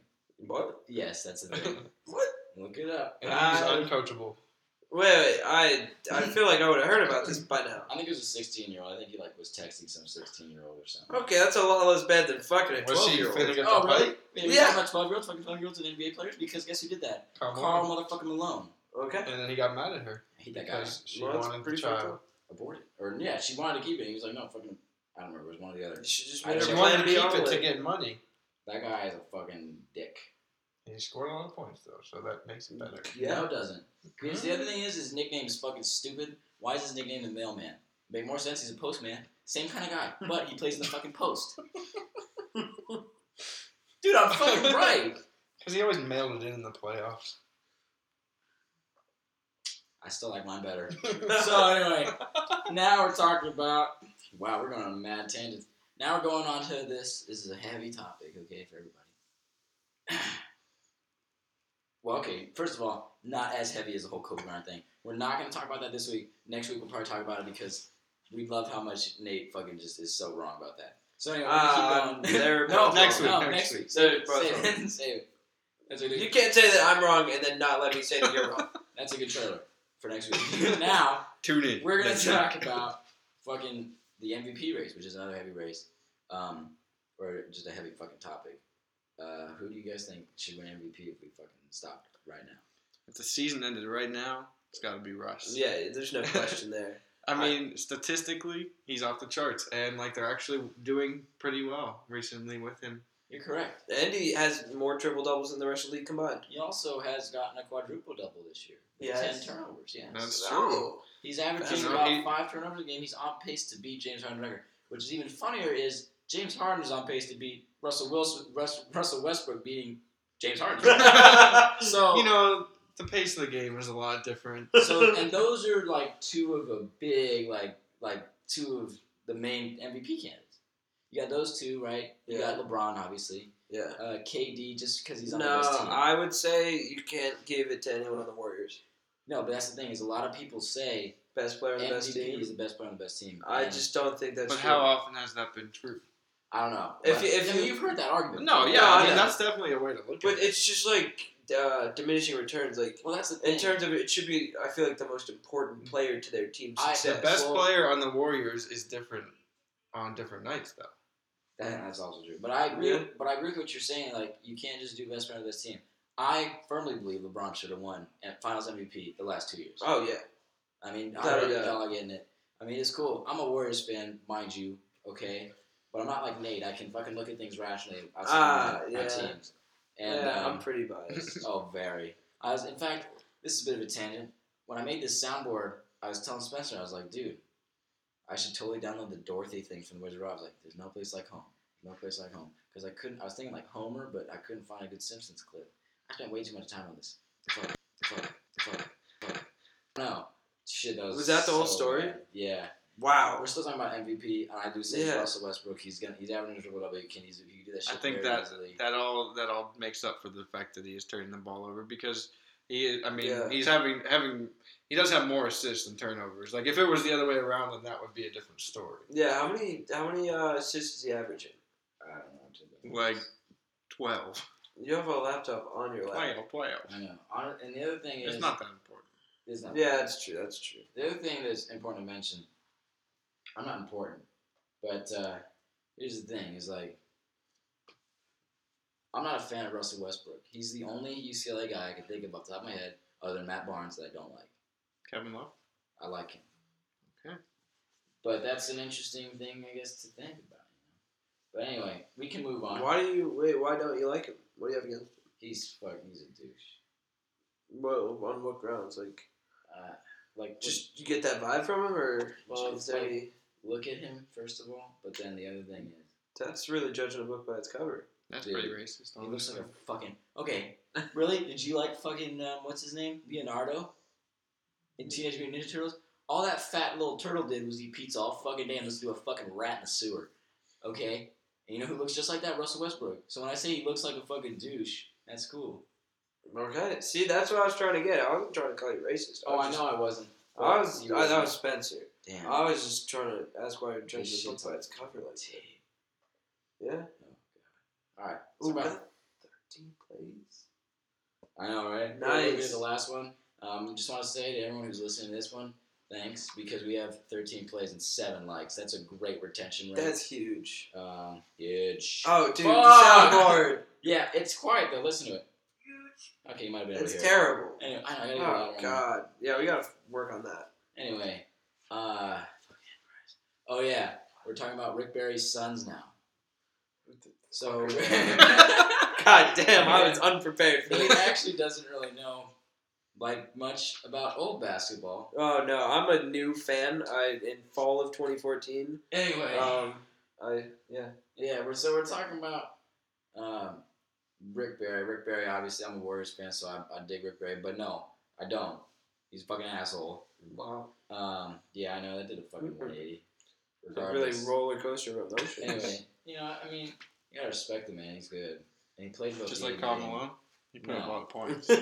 [SPEAKER 1] What?
[SPEAKER 2] Yes, that's a thing.
[SPEAKER 1] What?
[SPEAKER 2] Look it up.
[SPEAKER 3] And
[SPEAKER 1] Ah.
[SPEAKER 3] he's uncoachable.
[SPEAKER 1] Wait, wait. I I feel like I would have heard about this by now.
[SPEAKER 2] I think it was a sixteen-year-old. I think he like was texting some sixteen-year-old or something.
[SPEAKER 1] Okay, that's a lot less bad than fucking a
[SPEAKER 3] Was
[SPEAKER 1] twelve
[SPEAKER 3] she
[SPEAKER 1] year
[SPEAKER 3] finna
[SPEAKER 1] old.
[SPEAKER 3] get the
[SPEAKER 2] Oh really?
[SPEAKER 3] pipe?
[SPEAKER 2] Yeah. we
[SPEAKER 1] Yeah.
[SPEAKER 2] talking about twelve-year-olds, fucking twelve-year-olds, and NBA players because guess who did that?
[SPEAKER 3] Come
[SPEAKER 2] Carl
[SPEAKER 3] on.
[SPEAKER 2] motherfucking Malone.
[SPEAKER 1] Okay.
[SPEAKER 3] And then he got mad at her
[SPEAKER 2] I hate that guy.
[SPEAKER 3] because she
[SPEAKER 1] Well, that's
[SPEAKER 3] wanted the
[SPEAKER 1] pretty
[SPEAKER 3] child.
[SPEAKER 2] Aborted or yeah, she wanted to keep it. He was like, no, fucking. I don't remember. It was one or the other.
[SPEAKER 1] You should just
[SPEAKER 2] I
[SPEAKER 1] made
[SPEAKER 2] just
[SPEAKER 1] her
[SPEAKER 3] She
[SPEAKER 2] Their
[SPEAKER 1] plan
[SPEAKER 3] wanted to
[SPEAKER 1] be
[SPEAKER 3] keep it
[SPEAKER 1] all
[SPEAKER 3] to
[SPEAKER 1] in.
[SPEAKER 3] get money.
[SPEAKER 2] That guy is a fucking dick.
[SPEAKER 3] And he scored a lot of points though, so that makes it better.
[SPEAKER 2] No,
[SPEAKER 1] Yeah.
[SPEAKER 2] it doesn't. Because the other thing is, his nickname is fucking stupid. Why is his nickname the mailman? Make more sense. He's a postman. Same kind of guy, but he plays in the fucking post. Dude, I'm fucking right.
[SPEAKER 3] Because he always mailed it in in the playoffs.
[SPEAKER 2] I still like mine better. So anyway, now we're talking about. Wow, we're going on mad tangents. Now we're going on to this. This is a heavy topic, okay, for everybody. Well, okay. First of all, not as heavy as the whole Kobe Bryant thing. We're not going to talk about that this week. Next week we'll probably talk about it because we love how much Nate fucking just is so wrong about that. So anyway, we're gonna
[SPEAKER 1] Ah,
[SPEAKER 2] keep going.
[SPEAKER 1] they're
[SPEAKER 2] no,
[SPEAKER 1] both
[SPEAKER 2] next
[SPEAKER 3] wrong.
[SPEAKER 2] week. No,
[SPEAKER 3] Next
[SPEAKER 2] next
[SPEAKER 3] week.
[SPEAKER 2] week.
[SPEAKER 1] They're both
[SPEAKER 2] Save
[SPEAKER 1] wrong.
[SPEAKER 2] it. Save it. That's a
[SPEAKER 1] You
[SPEAKER 2] good.
[SPEAKER 1] can't say that I'm wrong and then not let me say that you're wrong.
[SPEAKER 2] That's a good trailer for next week. now
[SPEAKER 3] Tune in.
[SPEAKER 2] we're gonna
[SPEAKER 3] That's
[SPEAKER 2] talk about fucking the MVP race, which is another heavy race, um, or just a heavy fucking topic. Uh, who do you guys think should win MVP if we fucking stopped right now?
[SPEAKER 3] If the season ended right now, it's got to be Russ.
[SPEAKER 1] Yeah, there's no question there.
[SPEAKER 3] I mean, statistically, he's off the charts, and like they're actually doing pretty well recently with him.
[SPEAKER 2] You're correct.
[SPEAKER 1] Andy has more triple doubles than the rest of the league combined.
[SPEAKER 2] He also has gotten a quadruple double this year. with
[SPEAKER 1] Yes.
[SPEAKER 2] Ten turnovers. Yes.
[SPEAKER 3] That's-
[SPEAKER 2] He's averaging
[SPEAKER 1] That's
[SPEAKER 2] about
[SPEAKER 3] right.
[SPEAKER 2] five turnovers a game. He's on pace to beat James Harden's record. Which is even funnier is James Harden is on pace to beat Russell Wilson, Russ, Russell Westbrook beating James Harden's record. so
[SPEAKER 3] You know, the pace of the game is a lot different.
[SPEAKER 2] so and those are like two of a big like like two of the main MVP candidates. You got those two, right? You
[SPEAKER 1] Yeah.
[SPEAKER 2] got LeBron, obviously.
[SPEAKER 1] yeah.
[SPEAKER 2] Uh, KD, just because he's on the
[SPEAKER 1] No,
[SPEAKER 2] best team.
[SPEAKER 1] I would say you can't give it to anyone on the Warriors.
[SPEAKER 2] no, but that's the thing is a lot of people say
[SPEAKER 1] Best player on the best
[SPEAKER 2] MVP
[SPEAKER 1] team.
[SPEAKER 2] is the best player on the best team.
[SPEAKER 1] I
[SPEAKER 2] and
[SPEAKER 1] just don't think that's
[SPEAKER 3] But
[SPEAKER 1] true.
[SPEAKER 3] how often has that been true?
[SPEAKER 2] I don't know.
[SPEAKER 1] If
[SPEAKER 2] But-
[SPEAKER 1] you- if
[SPEAKER 2] I mean,
[SPEAKER 1] you-
[SPEAKER 2] you've heard that argument.
[SPEAKER 3] No, yeah,
[SPEAKER 1] No,
[SPEAKER 3] I
[SPEAKER 1] I
[SPEAKER 3] mean
[SPEAKER 1] know.
[SPEAKER 3] that's definitely a way to look
[SPEAKER 1] but
[SPEAKER 3] at it.
[SPEAKER 1] it's just like uh, diminishing returns. Like
[SPEAKER 2] Well, that's the thing.
[SPEAKER 1] in terms of it should be, I feel like the most important player to their team's
[SPEAKER 2] I- the
[SPEAKER 1] success.
[SPEAKER 3] The best
[SPEAKER 2] well-
[SPEAKER 3] player on the Warriors is different on different nights, though.
[SPEAKER 2] That- that's also true. But I agree.
[SPEAKER 1] Yeah.
[SPEAKER 2] But I agree with what you're saying. Like you can't just do best player of this team. I firmly believe LeBron should have won at Finals MVP the last two years.
[SPEAKER 1] oh yeah,
[SPEAKER 2] I mean,
[SPEAKER 1] Without a
[SPEAKER 2] I like
[SPEAKER 1] doubt.
[SPEAKER 2] dog in it. I mean, it's cool. I'm a Warriors fan, mind you. Okay, but I'm not like Nate. I can fucking look at things rationally outside
[SPEAKER 1] Ah,
[SPEAKER 2] my, my
[SPEAKER 1] yeah.
[SPEAKER 2] teams. And
[SPEAKER 1] yeah,
[SPEAKER 2] um,
[SPEAKER 1] I'm pretty biased.
[SPEAKER 2] Oh, very. I was, in fact, this is a bit of a tangent. When I made this soundboard, I was telling Spencer, I was like, dude, I should totally download the Dorothy thing from the Wizard of Oz. I was like, there's no place like home. No place like home. Because I couldn't, I was thinking like Homer, but I couldn't find a good Simpsons clip. I spent way too much time on this. Fuck, fuck, fuck, fuck. No. Shit, that was.
[SPEAKER 1] Was that the whole
[SPEAKER 2] so
[SPEAKER 1] story?
[SPEAKER 2] bad. Yeah.
[SPEAKER 1] wow.
[SPEAKER 2] We're still talking about MVP, and I do say
[SPEAKER 1] Yeah.
[SPEAKER 2] Russell Westbrook. He's gonna, he's averaging a triple double. He can, he's, he can do that
[SPEAKER 3] I
[SPEAKER 2] shit
[SPEAKER 3] think
[SPEAKER 2] very
[SPEAKER 3] that-
[SPEAKER 2] easily.
[SPEAKER 3] That all that all makes up for the fact that he is turning the ball over because he is, I mean
[SPEAKER 1] Yeah.
[SPEAKER 3] he's having having he does have more assists than turnovers. Like if it was the other way around, then that would be a different story.
[SPEAKER 1] Yeah, how many how many uh, assists is he averaging?
[SPEAKER 2] I don't know. dude.
[SPEAKER 3] Like twelve,
[SPEAKER 1] You have a laptop on your lap.
[SPEAKER 3] twelve, twelve.
[SPEAKER 2] I know. Hon- And the other thing is,
[SPEAKER 3] It's not that important.
[SPEAKER 2] is not-
[SPEAKER 1] Yeah, that's true. That's true.
[SPEAKER 2] The other thing that's important to mention, I'm not important, but uh, here's the thing: is like, I'm not a fan of Russell Westbrook. He's the only UCLA guy I can think of off the top of my head, other than Matt Barnes, that I don't like.
[SPEAKER 3] Kevin Love.
[SPEAKER 2] I like him.
[SPEAKER 3] Okay.
[SPEAKER 2] But that's an interesting thing, I guess, to think about. But anyway, we can move on.
[SPEAKER 1] Why do you wait? Why don't you like him? What do you have against? him?
[SPEAKER 2] He's fuck. He's a douche.
[SPEAKER 1] Well, on what grounds? Like,
[SPEAKER 2] Uh, like just
[SPEAKER 1] just you get that vibe from him, or
[SPEAKER 2] Well,
[SPEAKER 1] is there
[SPEAKER 2] like-
[SPEAKER 1] any?
[SPEAKER 2] look at him first of all. But then the other thing is.
[SPEAKER 1] That's really judging a book by its cover.
[SPEAKER 3] That's
[SPEAKER 2] Dude.
[SPEAKER 3] pretty racist.
[SPEAKER 2] He looks
[SPEAKER 3] honestly.
[SPEAKER 2] like a fucking. Okay, really? Did you like fucking um, what's his name? Leonardo in Teenage Mutant Ninja Turtles. All that fat little turtle did was eat pizza all fucking day and listen to a fucking rat in a sewer. Okay, and you know who looks just like that? Russell Westbrook. So when I say he looks like a fucking douche, that's cool.
[SPEAKER 1] Okay, see, that's what I was trying to get. at. I wasn't trying to call you racist.
[SPEAKER 2] Oh, I
[SPEAKER 1] was
[SPEAKER 2] know I wasn't.
[SPEAKER 1] just- I was.
[SPEAKER 2] You
[SPEAKER 1] I, that
[SPEAKER 2] wasn't.
[SPEAKER 1] was Spencer.
[SPEAKER 2] damn.
[SPEAKER 1] I was just trying to ask why you're judging
[SPEAKER 2] Shit.
[SPEAKER 1] a book by its cover like that.
[SPEAKER 2] Damn.
[SPEAKER 1] Yeah.
[SPEAKER 2] All right.
[SPEAKER 1] Ooh,
[SPEAKER 2] Somebody-
[SPEAKER 1] got thirteen plays.
[SPEAKER 2] I know, right?
[SPEAKER 1] Nice.
[SPEAKER 2] We're the last one. Um, just want to say to everyone who's listening to this one, thanks because we have 13 plays and seven likes. That's a great retention rate.
[SPEAKER 1] That's huge.
[SPEAKER 2] um, huge.
[SPEAKER 1] Oh, dude,
[SPEAKER 2] Fuck!
[SPEAKER 1] the soundboard.
[SPEAKER 2] Yeah, it's quiet though. Listen to it. Okay, you might have been able
[SPEAKER 1] It's
[SPEAKER 2] to hear.
[SPEAKER 1] terrible.
[SPEAKER 2] it. Anyway, I know. I gotta get
[SPEAKER 1] Oh
[SPEAKER 2] louder.
[SPEAKER 1] God. Yeah, we gotta work on that.
[SPEAKER 2] Anyway, uh, oh yeah, we're talking about Rick Barry's sons now. So
[SPEAKER 1] God damn, I was unprepared for
[SPEAKER 2] he
[SPEAKER 1] this.
[SPEAKER 2] actually doesn't really know like much about old basketball.
[SPEAKER 1] Oh no, I'm a new fan. I in fall of 2014.
[SPEAKER 2] Anyway.
[SPEAKER 1] Um, I yeah.
[SPEAKER 2] Yeah, we're, so we're talking about um, Rick Barry. Rick Barry, obviously, I'm a Warriors fan, so I, I dig Rick Barry, but no, I don't. He's a fucking asshole.
[SPEAKER 1] Wow,
[SPEAKER 2] Um, yeah, I know that did a fucking 180.
[SPEAKER 1] It's a really
[SPEAKER 2] Regardless.
[SPEAKER 1] roller coaster of emotions.
[SPEAKER 2] Anyway, you know, I mean, you gotta respect the man. He's good, and he played both.
[SPEAKER 3] just
[SPEAKER 2] the
[SPEAKER 3] like
[SPEAKER 2] NBA
[SPEAKER 3] Karl Malone. He put up a
[SPEAKER 2] No.
[SPEAKER 3] lot of points.
[SPEAKER 2] No,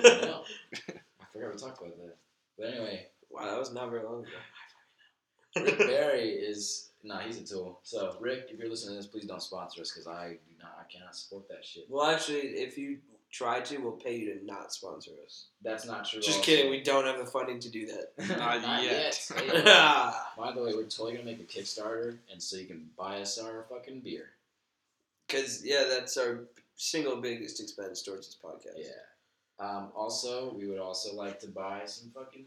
[SPEAKER 2] I forgot we talked about that. But anyway,
[SPEAKER 1] wow, that was not very long ago.
[SPEAKER 2] Rick Barry is nah, he's a tool. So Rick, if you're listening to this, please don't sponsor us because I do not, I cannot support that shit.
[SPEAKER 1] Well, actually, if you try to, we'll pay you to not sponsor us.
[SPEAKER 2] That's not true.
[SPEAKER 1] Just
[SPEAKER 2] also.
[SPEAKER 1] kidding. We don't have the funding to do that.
[SPEAKER 3] Not yet.
[SPEAKER 2] Hey, by the way, we're totally gonna make a Kickstarter, and so you can buy us our fucking beer.
[SPEAKER 1] Because yeah, that's our single biggest expense towards this podcast.
[SPEAKER 2] Yeah. Um, also, we would also like to buy some fucking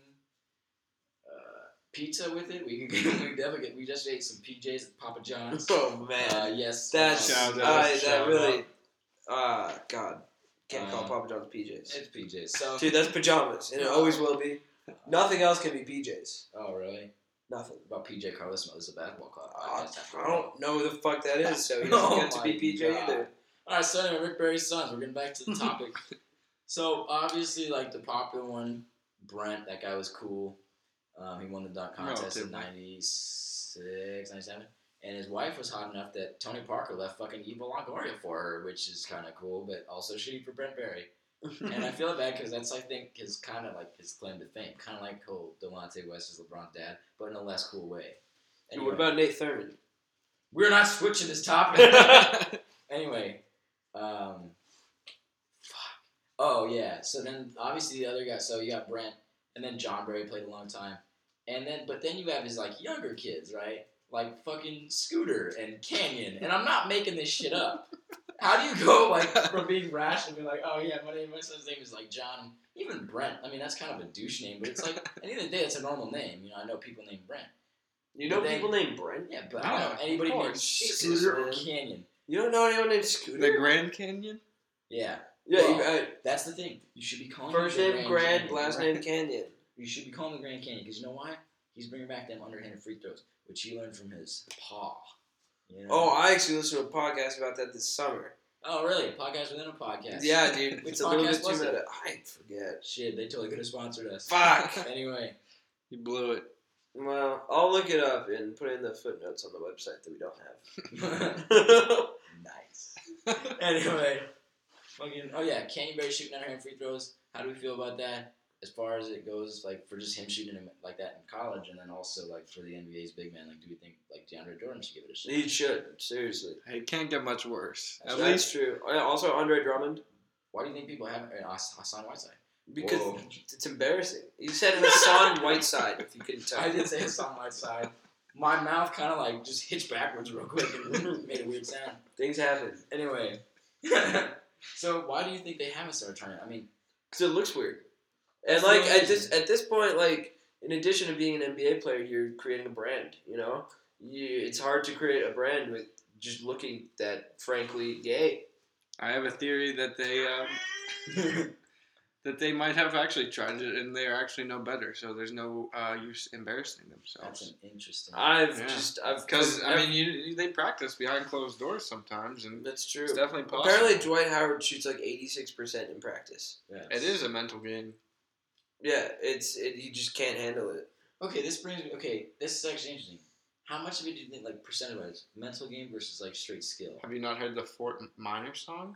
[SPEAKER 2] uh, pizza with it. We can get, we definitely get, we just ate some PJs at Papa John's.
[SPEAKER 1] Oh man,
[SPEAKER 2] Uh, yes.
[SPEAKER 1] that's
[SPEAKER 3] shout
[SPEAKER 2] um,
[SPEAKER 3] out,
[SPEAKER 1] uh, that
[SPEAKER 3] shout
[SPEAKER 1] really. Ah, God, can't call
[SPEAKER 2] Um,
[SPEAKER 1] Papa John's PJs.
[SPEAKER 2] it's PJs. So.
[SPEAKER 1] Dude, that's pajamas, and it always will be. Nothing else can be PJs.
[SPEAKER 2] Oh really?
[SPEAKER 1] Nothing.
[SPEAKER 2] About PJ Carlesmo, this is a basketball club.
[SPEAKER 1] Uh,
[SPEAKER 2] podcast after
[SPEAKER 1] I
[SPEAKER 2] all.
[SPEAKER 1] don't know who the fuck that is, so he doesn't
[SPEAKER 2] Oh
[SPEAKER 1] get to be
[SPEAKER 2] my
[SPEAKER 1] PJ
[SPEAKER 2] God.
[SPEAKER 1] either.
[SPEAKER 2] All right, so anyway, Rick Barry's sons. We're getting back to the topic. so obviously, like the popular one, Brent. That guy was cool. Um, he won the dunk contest in
[SPEAKER 3] Relatively.
[SPEAKER 2] 96, 97. and his wife was hot enough that Tony Parker left fucking Eva Longoria for her, which is kind of cool, but also shitty for Brent Barry. and
[SPEAKER 1] uh,
[SPEAKER 2] I feel bad because that's I think his kind of like his claim to fame, kind of like oh Delonte West is LeBron's dad, but in a less cool way.
[SPEAKER 1] Dude, what about Nate Thurman?
[SPEAKER 2] We're not switching this topic.
[SPEAKER 3] yeah.
[SPEAKER 2] Anyway, um, fuck. Oh yeah. So then, obviously, the other guy. So you got Brent, and then John Barry played a long time, and then but then you have his like younger kids, right? Like fucking Scooter and Canyon, and I'm not making this shit up. How do you go like from being rash and be like, oh yeah, my name, my son's name is like John, even Brent. I mean, that's kind of a douche name, but it's like at the end of the day, it's a normal name. You know, I know people named Brent.
[SPEAKER 1] You know
[SPEAKER 2] But then-
[SPEAKER 1] people named Brent?
[SPEAKER 2] Yeah, but I don't know
[SPEAKER 3] Yeah,
[SPEAKER 2] anybody
[SPEAKER 1] Oh, of
[SPEAKER 2] named
[SPEAKER 1] course.
[SPEAKER 2] Scooter or
[SPEAKER 1] Jesus, man.
[SPEAKER 2] Canyon.
[SPEAKER 1] You don't know anyone named
[SPEAKER 3] the
[SPEAKER 1] Scooter?
[SPEAKER 3] Grand Canyon.
[SPEAKER 2] Yeah.
[SPEAKER 1] Yeah, you,
[SPEAKER 2] Well,
[SPEAKER 1] uh,
[SPEAKER 2] That's the thing. You should be calling
[SPEAKER 1] first
[SPEAKER 2] him the
[SPEAKER 1] name Grand,
[SPEAKER 2] Canyon,
[SPEAKER 1] last
[SPEAKER 2] right?
[SPEAKER 1] name Canyon.
[SPEAKER 2] You should be calling him the Grand Canyon because you know why? He's bringing back them underhanded free throws, which he learned from his paw. You know?
[SPEAKER 1] Oh, I actually listened to a podcast about that this summer.
[SPEAKER 2] oh, really? Podcast within a podcast.
[SPEAKER 1] Yeah, dude,
[SPEAKER 2] Which
[SPEAKER 1] it's a little
[SPEAKER 2] podcast
[SPEAKER 1] bit too
[SPEAKER 2] was it?
[SPEAKER 1] meta. I forget.
[SPEAKER 2] Shit, they totally could have sponsored us.
[SPEAKER 1] Fuck.
[SPEAKER 2] Anyway,
[SPEAKER 3] You blew it.
[SPEAKER 1] well, I'll look it up and put in the footnotes on the website that we don't
[SPEAKER 2] nice.
[SPEAKER 1] have.
[SPEAKER 2] Anyway, fucking. Oh yeah, Canyon Berry shooting underhand free throws. How do we feel about that? As far as it goes, like for just him shooting him like that in college, and then also like for the NBA's big man, like do we think like DeAndre Jordan should give it a shot?
[SPEAKER 1] he should seriously.
[SPEAKER 3] It can't get much worse. At
[SPEAKER 1] That's
[SPEAKER 3] least
[SPEAKER 1] true. Oh, yeah, Also, Andre Drummond
[SPEAKER 2] Why do you think people have uh, Hass- Hassan Whiteside?
[SPEAKER 1] because
[SPEAKER 2] Whoa.
[SPEAKER 1] it's embarrassing. You said Hassan Whiteside, if you couldn't tell.
[SPEAKER 2] I did say it's on my side. My mouth kind of like just hitched backwards real quick and made a weird sound.
[SPEAKER 1] Things happen
[SPEAKER 2] Anyway, so why do you think they haven't started trying it? I mean,
[SPEAKER 1] because it looks weird. And
[SPEAKER 2] It's
[SPEAKER 1] like
[SPEAKER 2] the
[SPEAKER 1] at
[SPEAKER 2] reason.
[SPEAKER 1] this at this point, like in addition to being an NBA player, you're creating a brand. You know, you, it's hard to create a brand with just looking that frankly gay.
[SPEAKER 3] I have a theory that they um, that they might have actually tried it and they are actually no better. So there's no uh, use embarrassing
[SPEAKER 2] that's
[SPEAKER 3] themselves.
[SPEAKER 2] an interesting.
[SPEAKER 1] I've
[SPEAKER 3] Yeah.
[SPEAKER 1] just I've
[SPEAKER 3] Because I
[SPEAKER 1] I've-
[SPEAKER 3] mean, you, you- they practice behind closed doors sometimes, and
[SPEAKER 1] that's true.
[SPEAKER 3] it's definitely possible.
[SPEAKER 1] Apparently, Dwight Howard shoots like eighty six percent in practice.
[SPEAKER 2] Yes.
[SPEAKER 3] it is a mental game.
[SPEAKER 1] Yeah, it's it, you just can't handle it.
[SPEAKER 2] Okay, this brings me. Okay, this is actually interesting. How much of it do you think, like percentage wise, mental game versus like straight skill?
[SPEAKER 3] Have you not heard the Fort Minor song?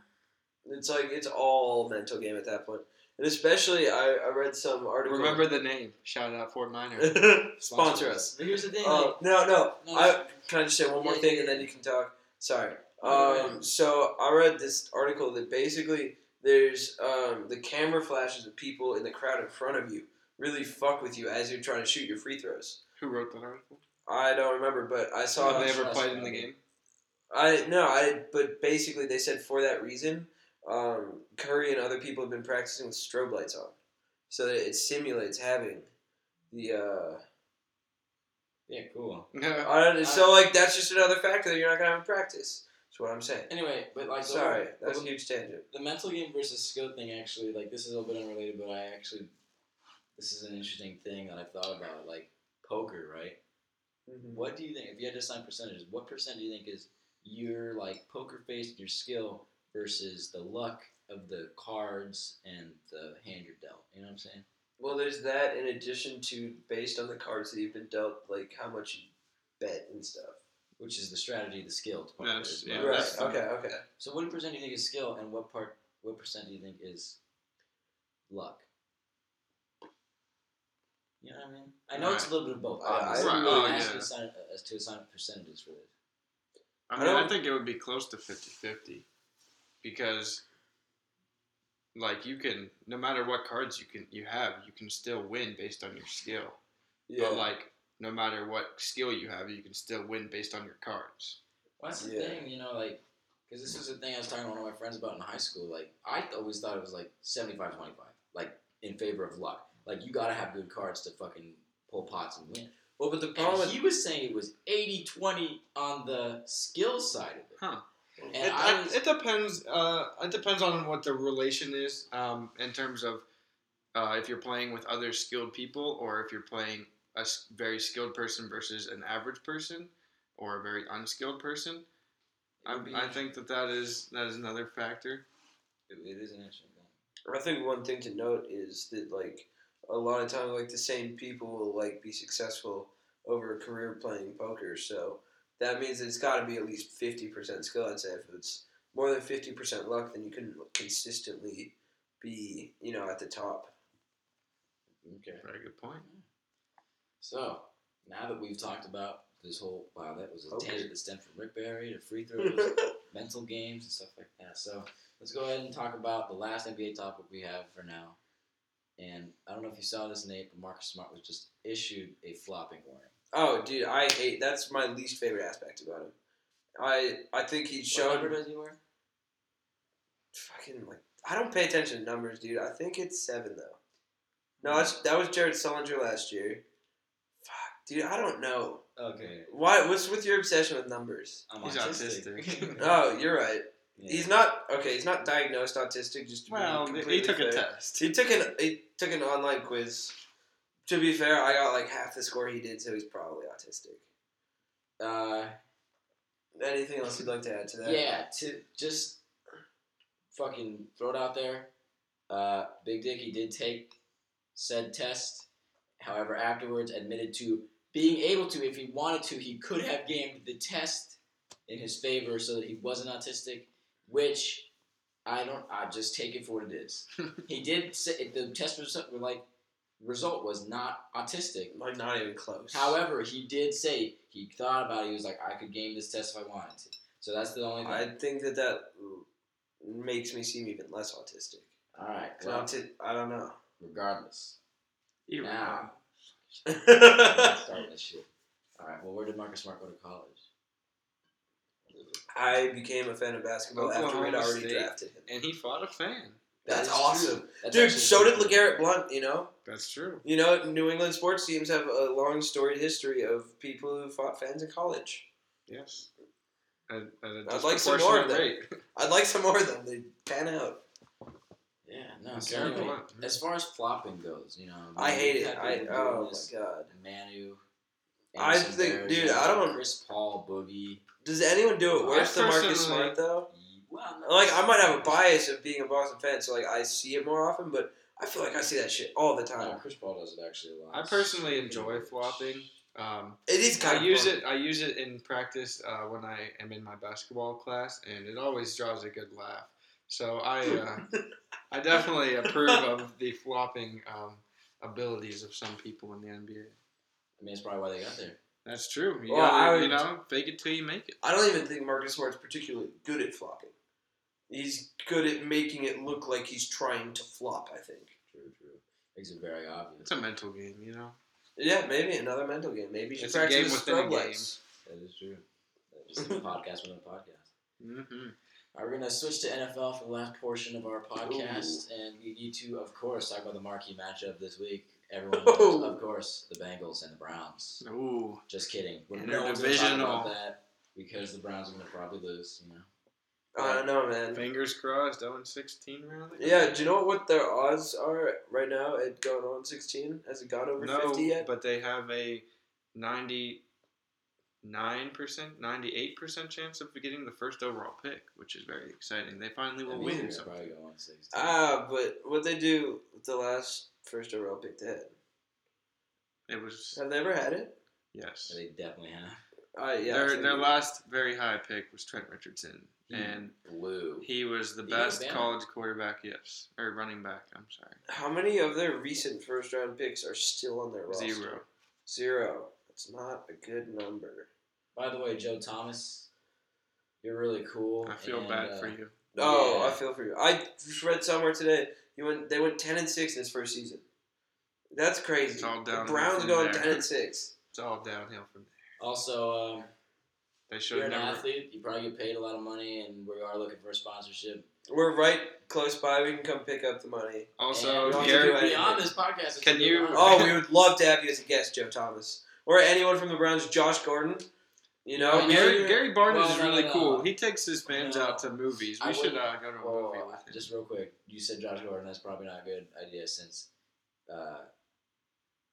[SPEAKER 1] It's like it's all mental game at that point. And especially, I, I read some article.
[SPEAKER 3] Remember the name. Shout out Fort Minor.
[SPEAKER 1] sponsor us.
[SPEAKER 2] But here's the thing.
[SPEAKER 1] Oh no, no.
[SPEAKER 2] like, no,
[SPEAKER 1] I can I just say one more
[SPEAKER 2] Yeah,
[SPEAKER 1] thing
[SPEAKER 2] yeah,
[SPEAKER 1] and then
[SPEAKER 2] yeah.
[SPEAKER 1] you can talk. Sorry.
[SPEAKER 2] No, no,
[SPEAKER 1] Um, so I read this article that basically there's um, the camera flashes of people in the crowd in front of you really fuck with you as you're trying to shoot your free throws.
[SPEAKER 3] Who wrote that article?
[SPEAKER 1] I don't remember, but I saw.
[SPEAKER 3] Have they ever
[SPEAKER 2] Trust
[SPEAKER 3] played in
[SPEAKER 2] me.
[SPEAKER 3] the game?
[SPEAKER 1] I no, I but basically they said for that reason, um, Curry and other people have been practicing with strobe lights on, so that it simulates having the. Uh,
[SPEAKER 2] yeah, cool.
[SPEAKER 3] No.
[SPEAKER 1] I don't, so like that's just another factor that you're not gonna have in practice. That's what I'm saying.
[SPEAKER 2] Anyway, but like the
[SPEAKER 1] Sorry,
[SPEAKER 2] whole-
[SPEAKER 1] that's a huge tangent.
[SPEAKER 2] the mental game versus skill thing actually like this is a little bit unrelated but i actually this is an interesting thing that i thought about like poker right
[SPEAKER 1] Mm-hmm.
[SPEAKER 2] what do you think if you had to assign percentages what percent do you think is your like poker face and your skill versus the luck of the cards and the hand you're dealt you know what i'm saying
[SPEAKER 1] Well, there's that in addition to based on the cards that you've been dealt, like how much you bet and stuff.
[SPEAKER 2] which is the strategy the skill to poker
[SPEAKER 3] That's-
[SPEAKER 2] as
[SPEAKER 3] yeah,
[SPEAKER 2] well.
[SPEAKER 1] right.
[SPEAKER 3] that's-
[SPEAKER 1] Okay. Okay.
[SPEAKER 2] so what percent do you think is skill and what part what percent do you think is luck you know what I mean? I know it's a little bit of both.
[SPEAKER 1] I- I-
[SPEAKER 2] obviously.
[SPEAKER 1] Right,
[SPEAKER 2] but
[SPEAKER 3] oh,
[SPEAKER 2] I'm asking
[SPEAKER 3] yeah.
[SPEAKER 2] to assign, uh, to assign percentages for this.
[SPEAKER 3] I
[SPEAKER 1] I
[SPEAKER 3] mean, I
[SPEAKER 1] don't-
[SPEAKER 3] think it would be close to 50 50 because like you can no matter what cards you can you have, you can still win based on your skill.
[SPEAKER 1] Yeah.
[SPEAKER 3] But like no matter what skill you have, you can still win based on your cards.
[SPEAKER 2] Well, that's the
[SPEAKER 1] Yeah.
[SPEAKER 2] thing, you know, like, because this was the thing I was talking to one of my friends about in high school. Like, I th- always thought it was like 75 25, like, in favor of luck. Like, you got to have good cards to fucking pull pots and win.
[SPEAKER 1] well, but the
[SPEAKER 2] And
[SPEAKER 1] problem.
[SPEAKER 2] he was saying it was 80 20 on the skill side of it.
[SPEAKER 3] Huh.
[SPEAKER 2] And
[SPEAKER 3] It,
[SPEAKER 2] I was,
[SPEAKER 3] it depends. Uh, it depends on what the relation is um, in terms of uh, if you're playing with other skilled people or if you're playing a s- very skilled person versus an average person or a very unskilled person. I,
[SPEAKER 2] would be-
[SPEAKER 3] I think that that is that is another factor.
[SPEAKER 2] it, it is an interesting thing.
[SPEAKER 1] I think one thing to note is that like a lot of times like the same people will like be successful over a career playing poker. So that means it's got to be at least fifty percent skill. I'd say if it's more than fifty percent luck, then you couldn't consistently be you know at the top.
[SPEAKER 2] Okay.
[SPEAKER 3] Very good point.
[SPEAKER 2] So now that we've talked about this whole wow, that was a
[SPEAKER 1] Okay.
[SPEAKER 2] tangent that stemmed from Rick Barry to free throws, mental games, and stuff like that. So let's go ahead and talk about the last NBA topic we have for now. And I don't know if you saw this, Nate, but Marcus Smart was just issued a flopping warning.
[SPEAKER 1] Oh, dude, I hate. That's my least favorite aspect about him. I I think he's
[SPEAKER 2] what
[SPEAKER 1] shown
[SPEAKER 2] number does he wear?
[SPEAKER 1] fucking like I don't pay attention to numbers, dude. I think it's seven though.
[SPEAKER 3] Hmm.
[SPEAKER 1] No, that's, that was Jared Sullinger last year. Fuck, dude, I don't know.
[SPEAKER 2] Okay,
[SPEAKER 1] Why? What's with your obsession with numbers?
[SPEAKER 2] I'm
[SPEAKER 3] He's
[SPEAKER 2] autistic.
[SPEAKER 3] autistic.
[SPEAKER 1] Oh, you're right.
[SPEAKER 2] Yeah.
[SPEAKER 1] He's not okay. He's not diagnosed autistic. Just to be
[SPEAKER 3] Well, he
[SPEAKER 1] completely
[SPEAKER 3] took a
[SPEAKER 1] fair.
[SPEAKER 3] test.
[SPEAKER 1] He took an he took an online quiz. To be fair, I got like half the score he did, so he's probably autistic.
[SPEAKER 2] Uh,
[SPEAKER 1] Anything else you'd like to add to that?
[SPEAKER 2] yeah, to just fucking throw it out there. Uh, Big Dicky did take said test. However, afterwards admitted to being able to, if he wanted to, he could have gamed the test in his favor so that he wasn't autistic, which I don't. I just take it for what it is. he did say the test result, like result was not autistic.
[SPEAKER 1] like not even close.
[SPEAKER 2] However, he did say he thought about it. He was like, I could game this test if I wanted to. So that's the only thing.
[SPEAKER 1] I think that that makes me seem even less autistic.
[SPEAKER 2] All right.
[SPEAKER 1] 'Cause
[SPEAKER 2] Well,
[SPEAKER 1] auti- I don't know.
[SPEAKER 2] regardless.
[SPEAKER 3] He-
[SPEAKER 2] Now, I'm not
[SPEAKER 1] I
[SPEAKER 2] starting this shit. All right. Well, where did Marcus Smart go to college?
[SPEAKER 1] became a fan of basketball after we'd
[SPEAKER 3] Oklahoma
[SPEAKER 1] already
[SPEAKER 3] State.
[SPEAKER 1] drafted him.
[SPEAKER 3] and he fought a fan.
[SPEAKER 1] That's
[SPEAKER 2] That is
[SPEAKER 1] awesome.
[SPEAKER 2] true. That's
[SPEAKER 1] Dude,
[SPEAKER 2] actually
[SPEAKER 1] so did
[SPEAKER 2] true.
[SPEAKER 1] LeGarrette Blunt, you know?
[SPEAKER 3] That's true.
[SPEAKER 1] You know, New England sports teams have a long storied history of people who fought fans in college.
[SPEAKER 3] Yes. At, at a
[SPEAKER 1] I'd like some more
[SPEAKER 3] disproportionate
[SPEAKER 1] of that.
[SPEAKER 3] rate.
[SPEAKER 1] I'd like some more of them. They pan out.
[SPEAKER 2] Yeah. No. So
[SPEAKER 3] Garrett
[SPEAKER 2] anyway,
[SPEAKER 3] Blunt.
[SPEAKER 2] as far as flopping goes, you know,
[SPEAKER 1] I hate it. I
[SPEAKER 2] Pepe
[SPEAKER 1] oh
[SPEAKER 2] Williams,
[SPEAKER 1] my god.
[SPEAKER 2] Manu.
[SPEAKER 1] I
[SPEAKER 2] Anderson
[SPEAKER 1] think-
[SPEAKER 2] Varejao,
[SPEAKER 1] dude, I don't-
[SPEAKER 2] Chris Paul, Boogie.
[SPEAKER 1] Does anyone do it
[SPEAKER 3] I
[SPEAKER 1] worse than Marcus
[SPEAKER 3] personally-
[SPEAKER 1] Smart though?
[SPEAKER 2] Well, no,
[SPEAKER 1] Like I might have a bias of being a Boston fan, so like I see it more often, but I feel like I see that shit all the
[SPEAKER 2] No,
[SPEAKER 1] time.
[SPEAKER 2] Chris Paul does it actually a lot.
[SPEAKER 3] I personally enjoy flopping. Um,
[SPEAKER 1] It is kind
[SPEAKER 3] I
[SPEAKER 1] of
[SPEAKER 3] use
[SPEAKER 1] fun.
[SPEAKER 3] it. I use it in practice uh, when I am in my basketball class, and it always draws a good laugh. So I, uh, I definitely approve of the flopping um, abilities of some people in the NBA.
[SPEAKER 2] I mean, that's probably why they got there.
[SPEAKER 3] That's true. You,
[SPEAKER 1] Well,
[SPEAKER 3] gotta,
[SPEAKER 1] I would-
[SPEAKER 3] you know, fake it till you make it.
[SPEAKER 1] I don't even think Marcus Smart's particularly good at flopping. He's good at making it look like he's trying to flop. I think.
[SPEAKER 2] True, true. Makes it very obvious.
[SPEAKER 3] It's a mental game, you know.
[SPEAKER 1] Yeah, maybe another mental game. Maybe you should
[SPEAKER 3] It's a
[SPEAKER 1] practice
[SPEAKER 3] game
[SPEAKER 1] the
[SPEAKER 3] within a
[SPEAKER 1] strobe
[SPEAKER 3] game.
[SPEAKER 1] lights.
[SPEAKER 2] That is true. That is a podcast within a podcast.
[SPEAKER 3] hmm
[SPEAKER 2] All right, we're gonna switch to NFL for the last portion of our podcast, and we need to, of course, talk about the marquee matchup this week. Everyone knows,
[SPEAKER 1] Oh.
[SPEAKER 2] of course, the Bengals and the Browns.
[SPEAKER 3] Ooh,
[SPEAKER 2] Just kidding. We're no one's gonna talk about that because the Browns are gonna probably lose. You know,
[SPEAKER 1] I don't know, man.
[SPEAKER 3] fingers crossed. 0 and 16 round.
[SPEAKER 1] Yeah, do you know what their odds are right now at going on sixteen? Has it gone over
[SPEAKER 3] No,
[SPEAKER 1] fifty yet?
[SPEAKER 3] but they have a 99%, 98% chance of getting the first overall pick, which is very exciting. They finally
[SPEAKER 2] That
[SPEAKER 3] will
[SPEAKER 2] means
[SPEAKER 3] win
[SPEAKER 2] they're
[SPEAKER 3] something.
[SPEAKER 2] probably go on six.
[SPEAKER 1] Ah, but what they do with the last first overall pick they had?
[SPEAKER 3] It was,
[SPEAKER 1] Have they ever had it?
[SPEAKER 3] yes.
[SPEAKER 2] they definitely have
[SPEAKER 1] Uh, yeah, I
[SPEAKER 3] their
[SPEAKER 1] think
[SPEAKER 3] their
[SPEAKER 1] it-
[SPEAKER 3] last very high pick was Trent Richardson,
[SPEAKER 2] Hmm.
[SPEAKER 3] and
[SPEAKER 2] blue.
[SPEAKER 3] he was the
[SPEAKER 2] He
[SPEAKER 3] best
[SPEAKER 2] was bad.
[SPEAKER 3] college quarterback, yes, or running back, I'm sorry.
[SPEAKER 1] How many of their recent first round picks are still on their roster?
[SPEAKER 3] Zero.
[SPEAKER 1] Zero. That's not a good number.
[SPEAKER 2] By the way, Joe Thomas, you're really cool.
[SPEAKER 3] I feel
[SPEAKER 2] and,
[SPEAKER 3] bad
[SPEAKER 2] uh,
[SPEAKER 3] for you.
[SPEAKER 1] Oh,
[SPEAKER 2] Yeah.
[SPEAKER 1] I feel for you. I just read somewhere today you went they went ten and six in his first season. That's crazy.
[SPEAKER 3] It's all
[SPEAKER 1] the
[SPEAKER 3] downhill
[SPEAKER 1] Browns
[SPEAKER 3] from
[SPEAKER 1] going
[SPEAKER 3] there.
[SPEAKER 1] ten and six.
[SPEAKER 3] It's all downhill from there.
[SPEAKER 2] Also, um,
[SPEAKER 3] They should
[SPEAKER 2] you're
[SPEAKER 3] have
[SPEAKER 2] an
[SPEAKER 3] never.
[SPEAKER 2] athlete. You probably get paid a lot of money, and we are looking for a sponsorship.
[SPEAKER 1] We're right close by. We can come pick up the money.
[SPEAKER 3] Also,
[SPEAKER 1] And we
[SPEAKER 3] Gary,
[SPEAKER 1] also do
[SPEAKER 2] Gary, beyond this podcast, it's
[SPEAKER 3] Can
[SPEAKER 2] a good
[SPEAKER 3] you-
[SPEAKER 2] honor.
[SPEAKER 1] Oh, we would love to have you as a guest, Joe Thomas, or anyone from the Browns, Josh Gordon. You know,
[SPEAKER 2] Yeah,
[SPEAKER 1] we
[SPEAKER 3] Oh, Gary,
[SPEAKER 1] should-
[SPEAKER 3] Gary Barnes
[SPEAKER 2] Well,
[SPEAKER 3] is
[SPEAKER 2] no,
[SPEAKER 3] really
[SPEAKER 2] no, no.
[SPEAKER 3] cool. He takes his fans
[SPEAKER 2] No.
[SPEAKER 3] out to movies.
[SPEAKER 2] I
[SPEAKER 3] We should
[SPEAKER 2] would-
[SPEAKER 3] uh, go to a
[SPEAKER 2] Well,
[SPEAKER 3] movie with him.
[SPEAKER 2] just real quick, you said Josh Gordon. That's probably not a good idea since, uh,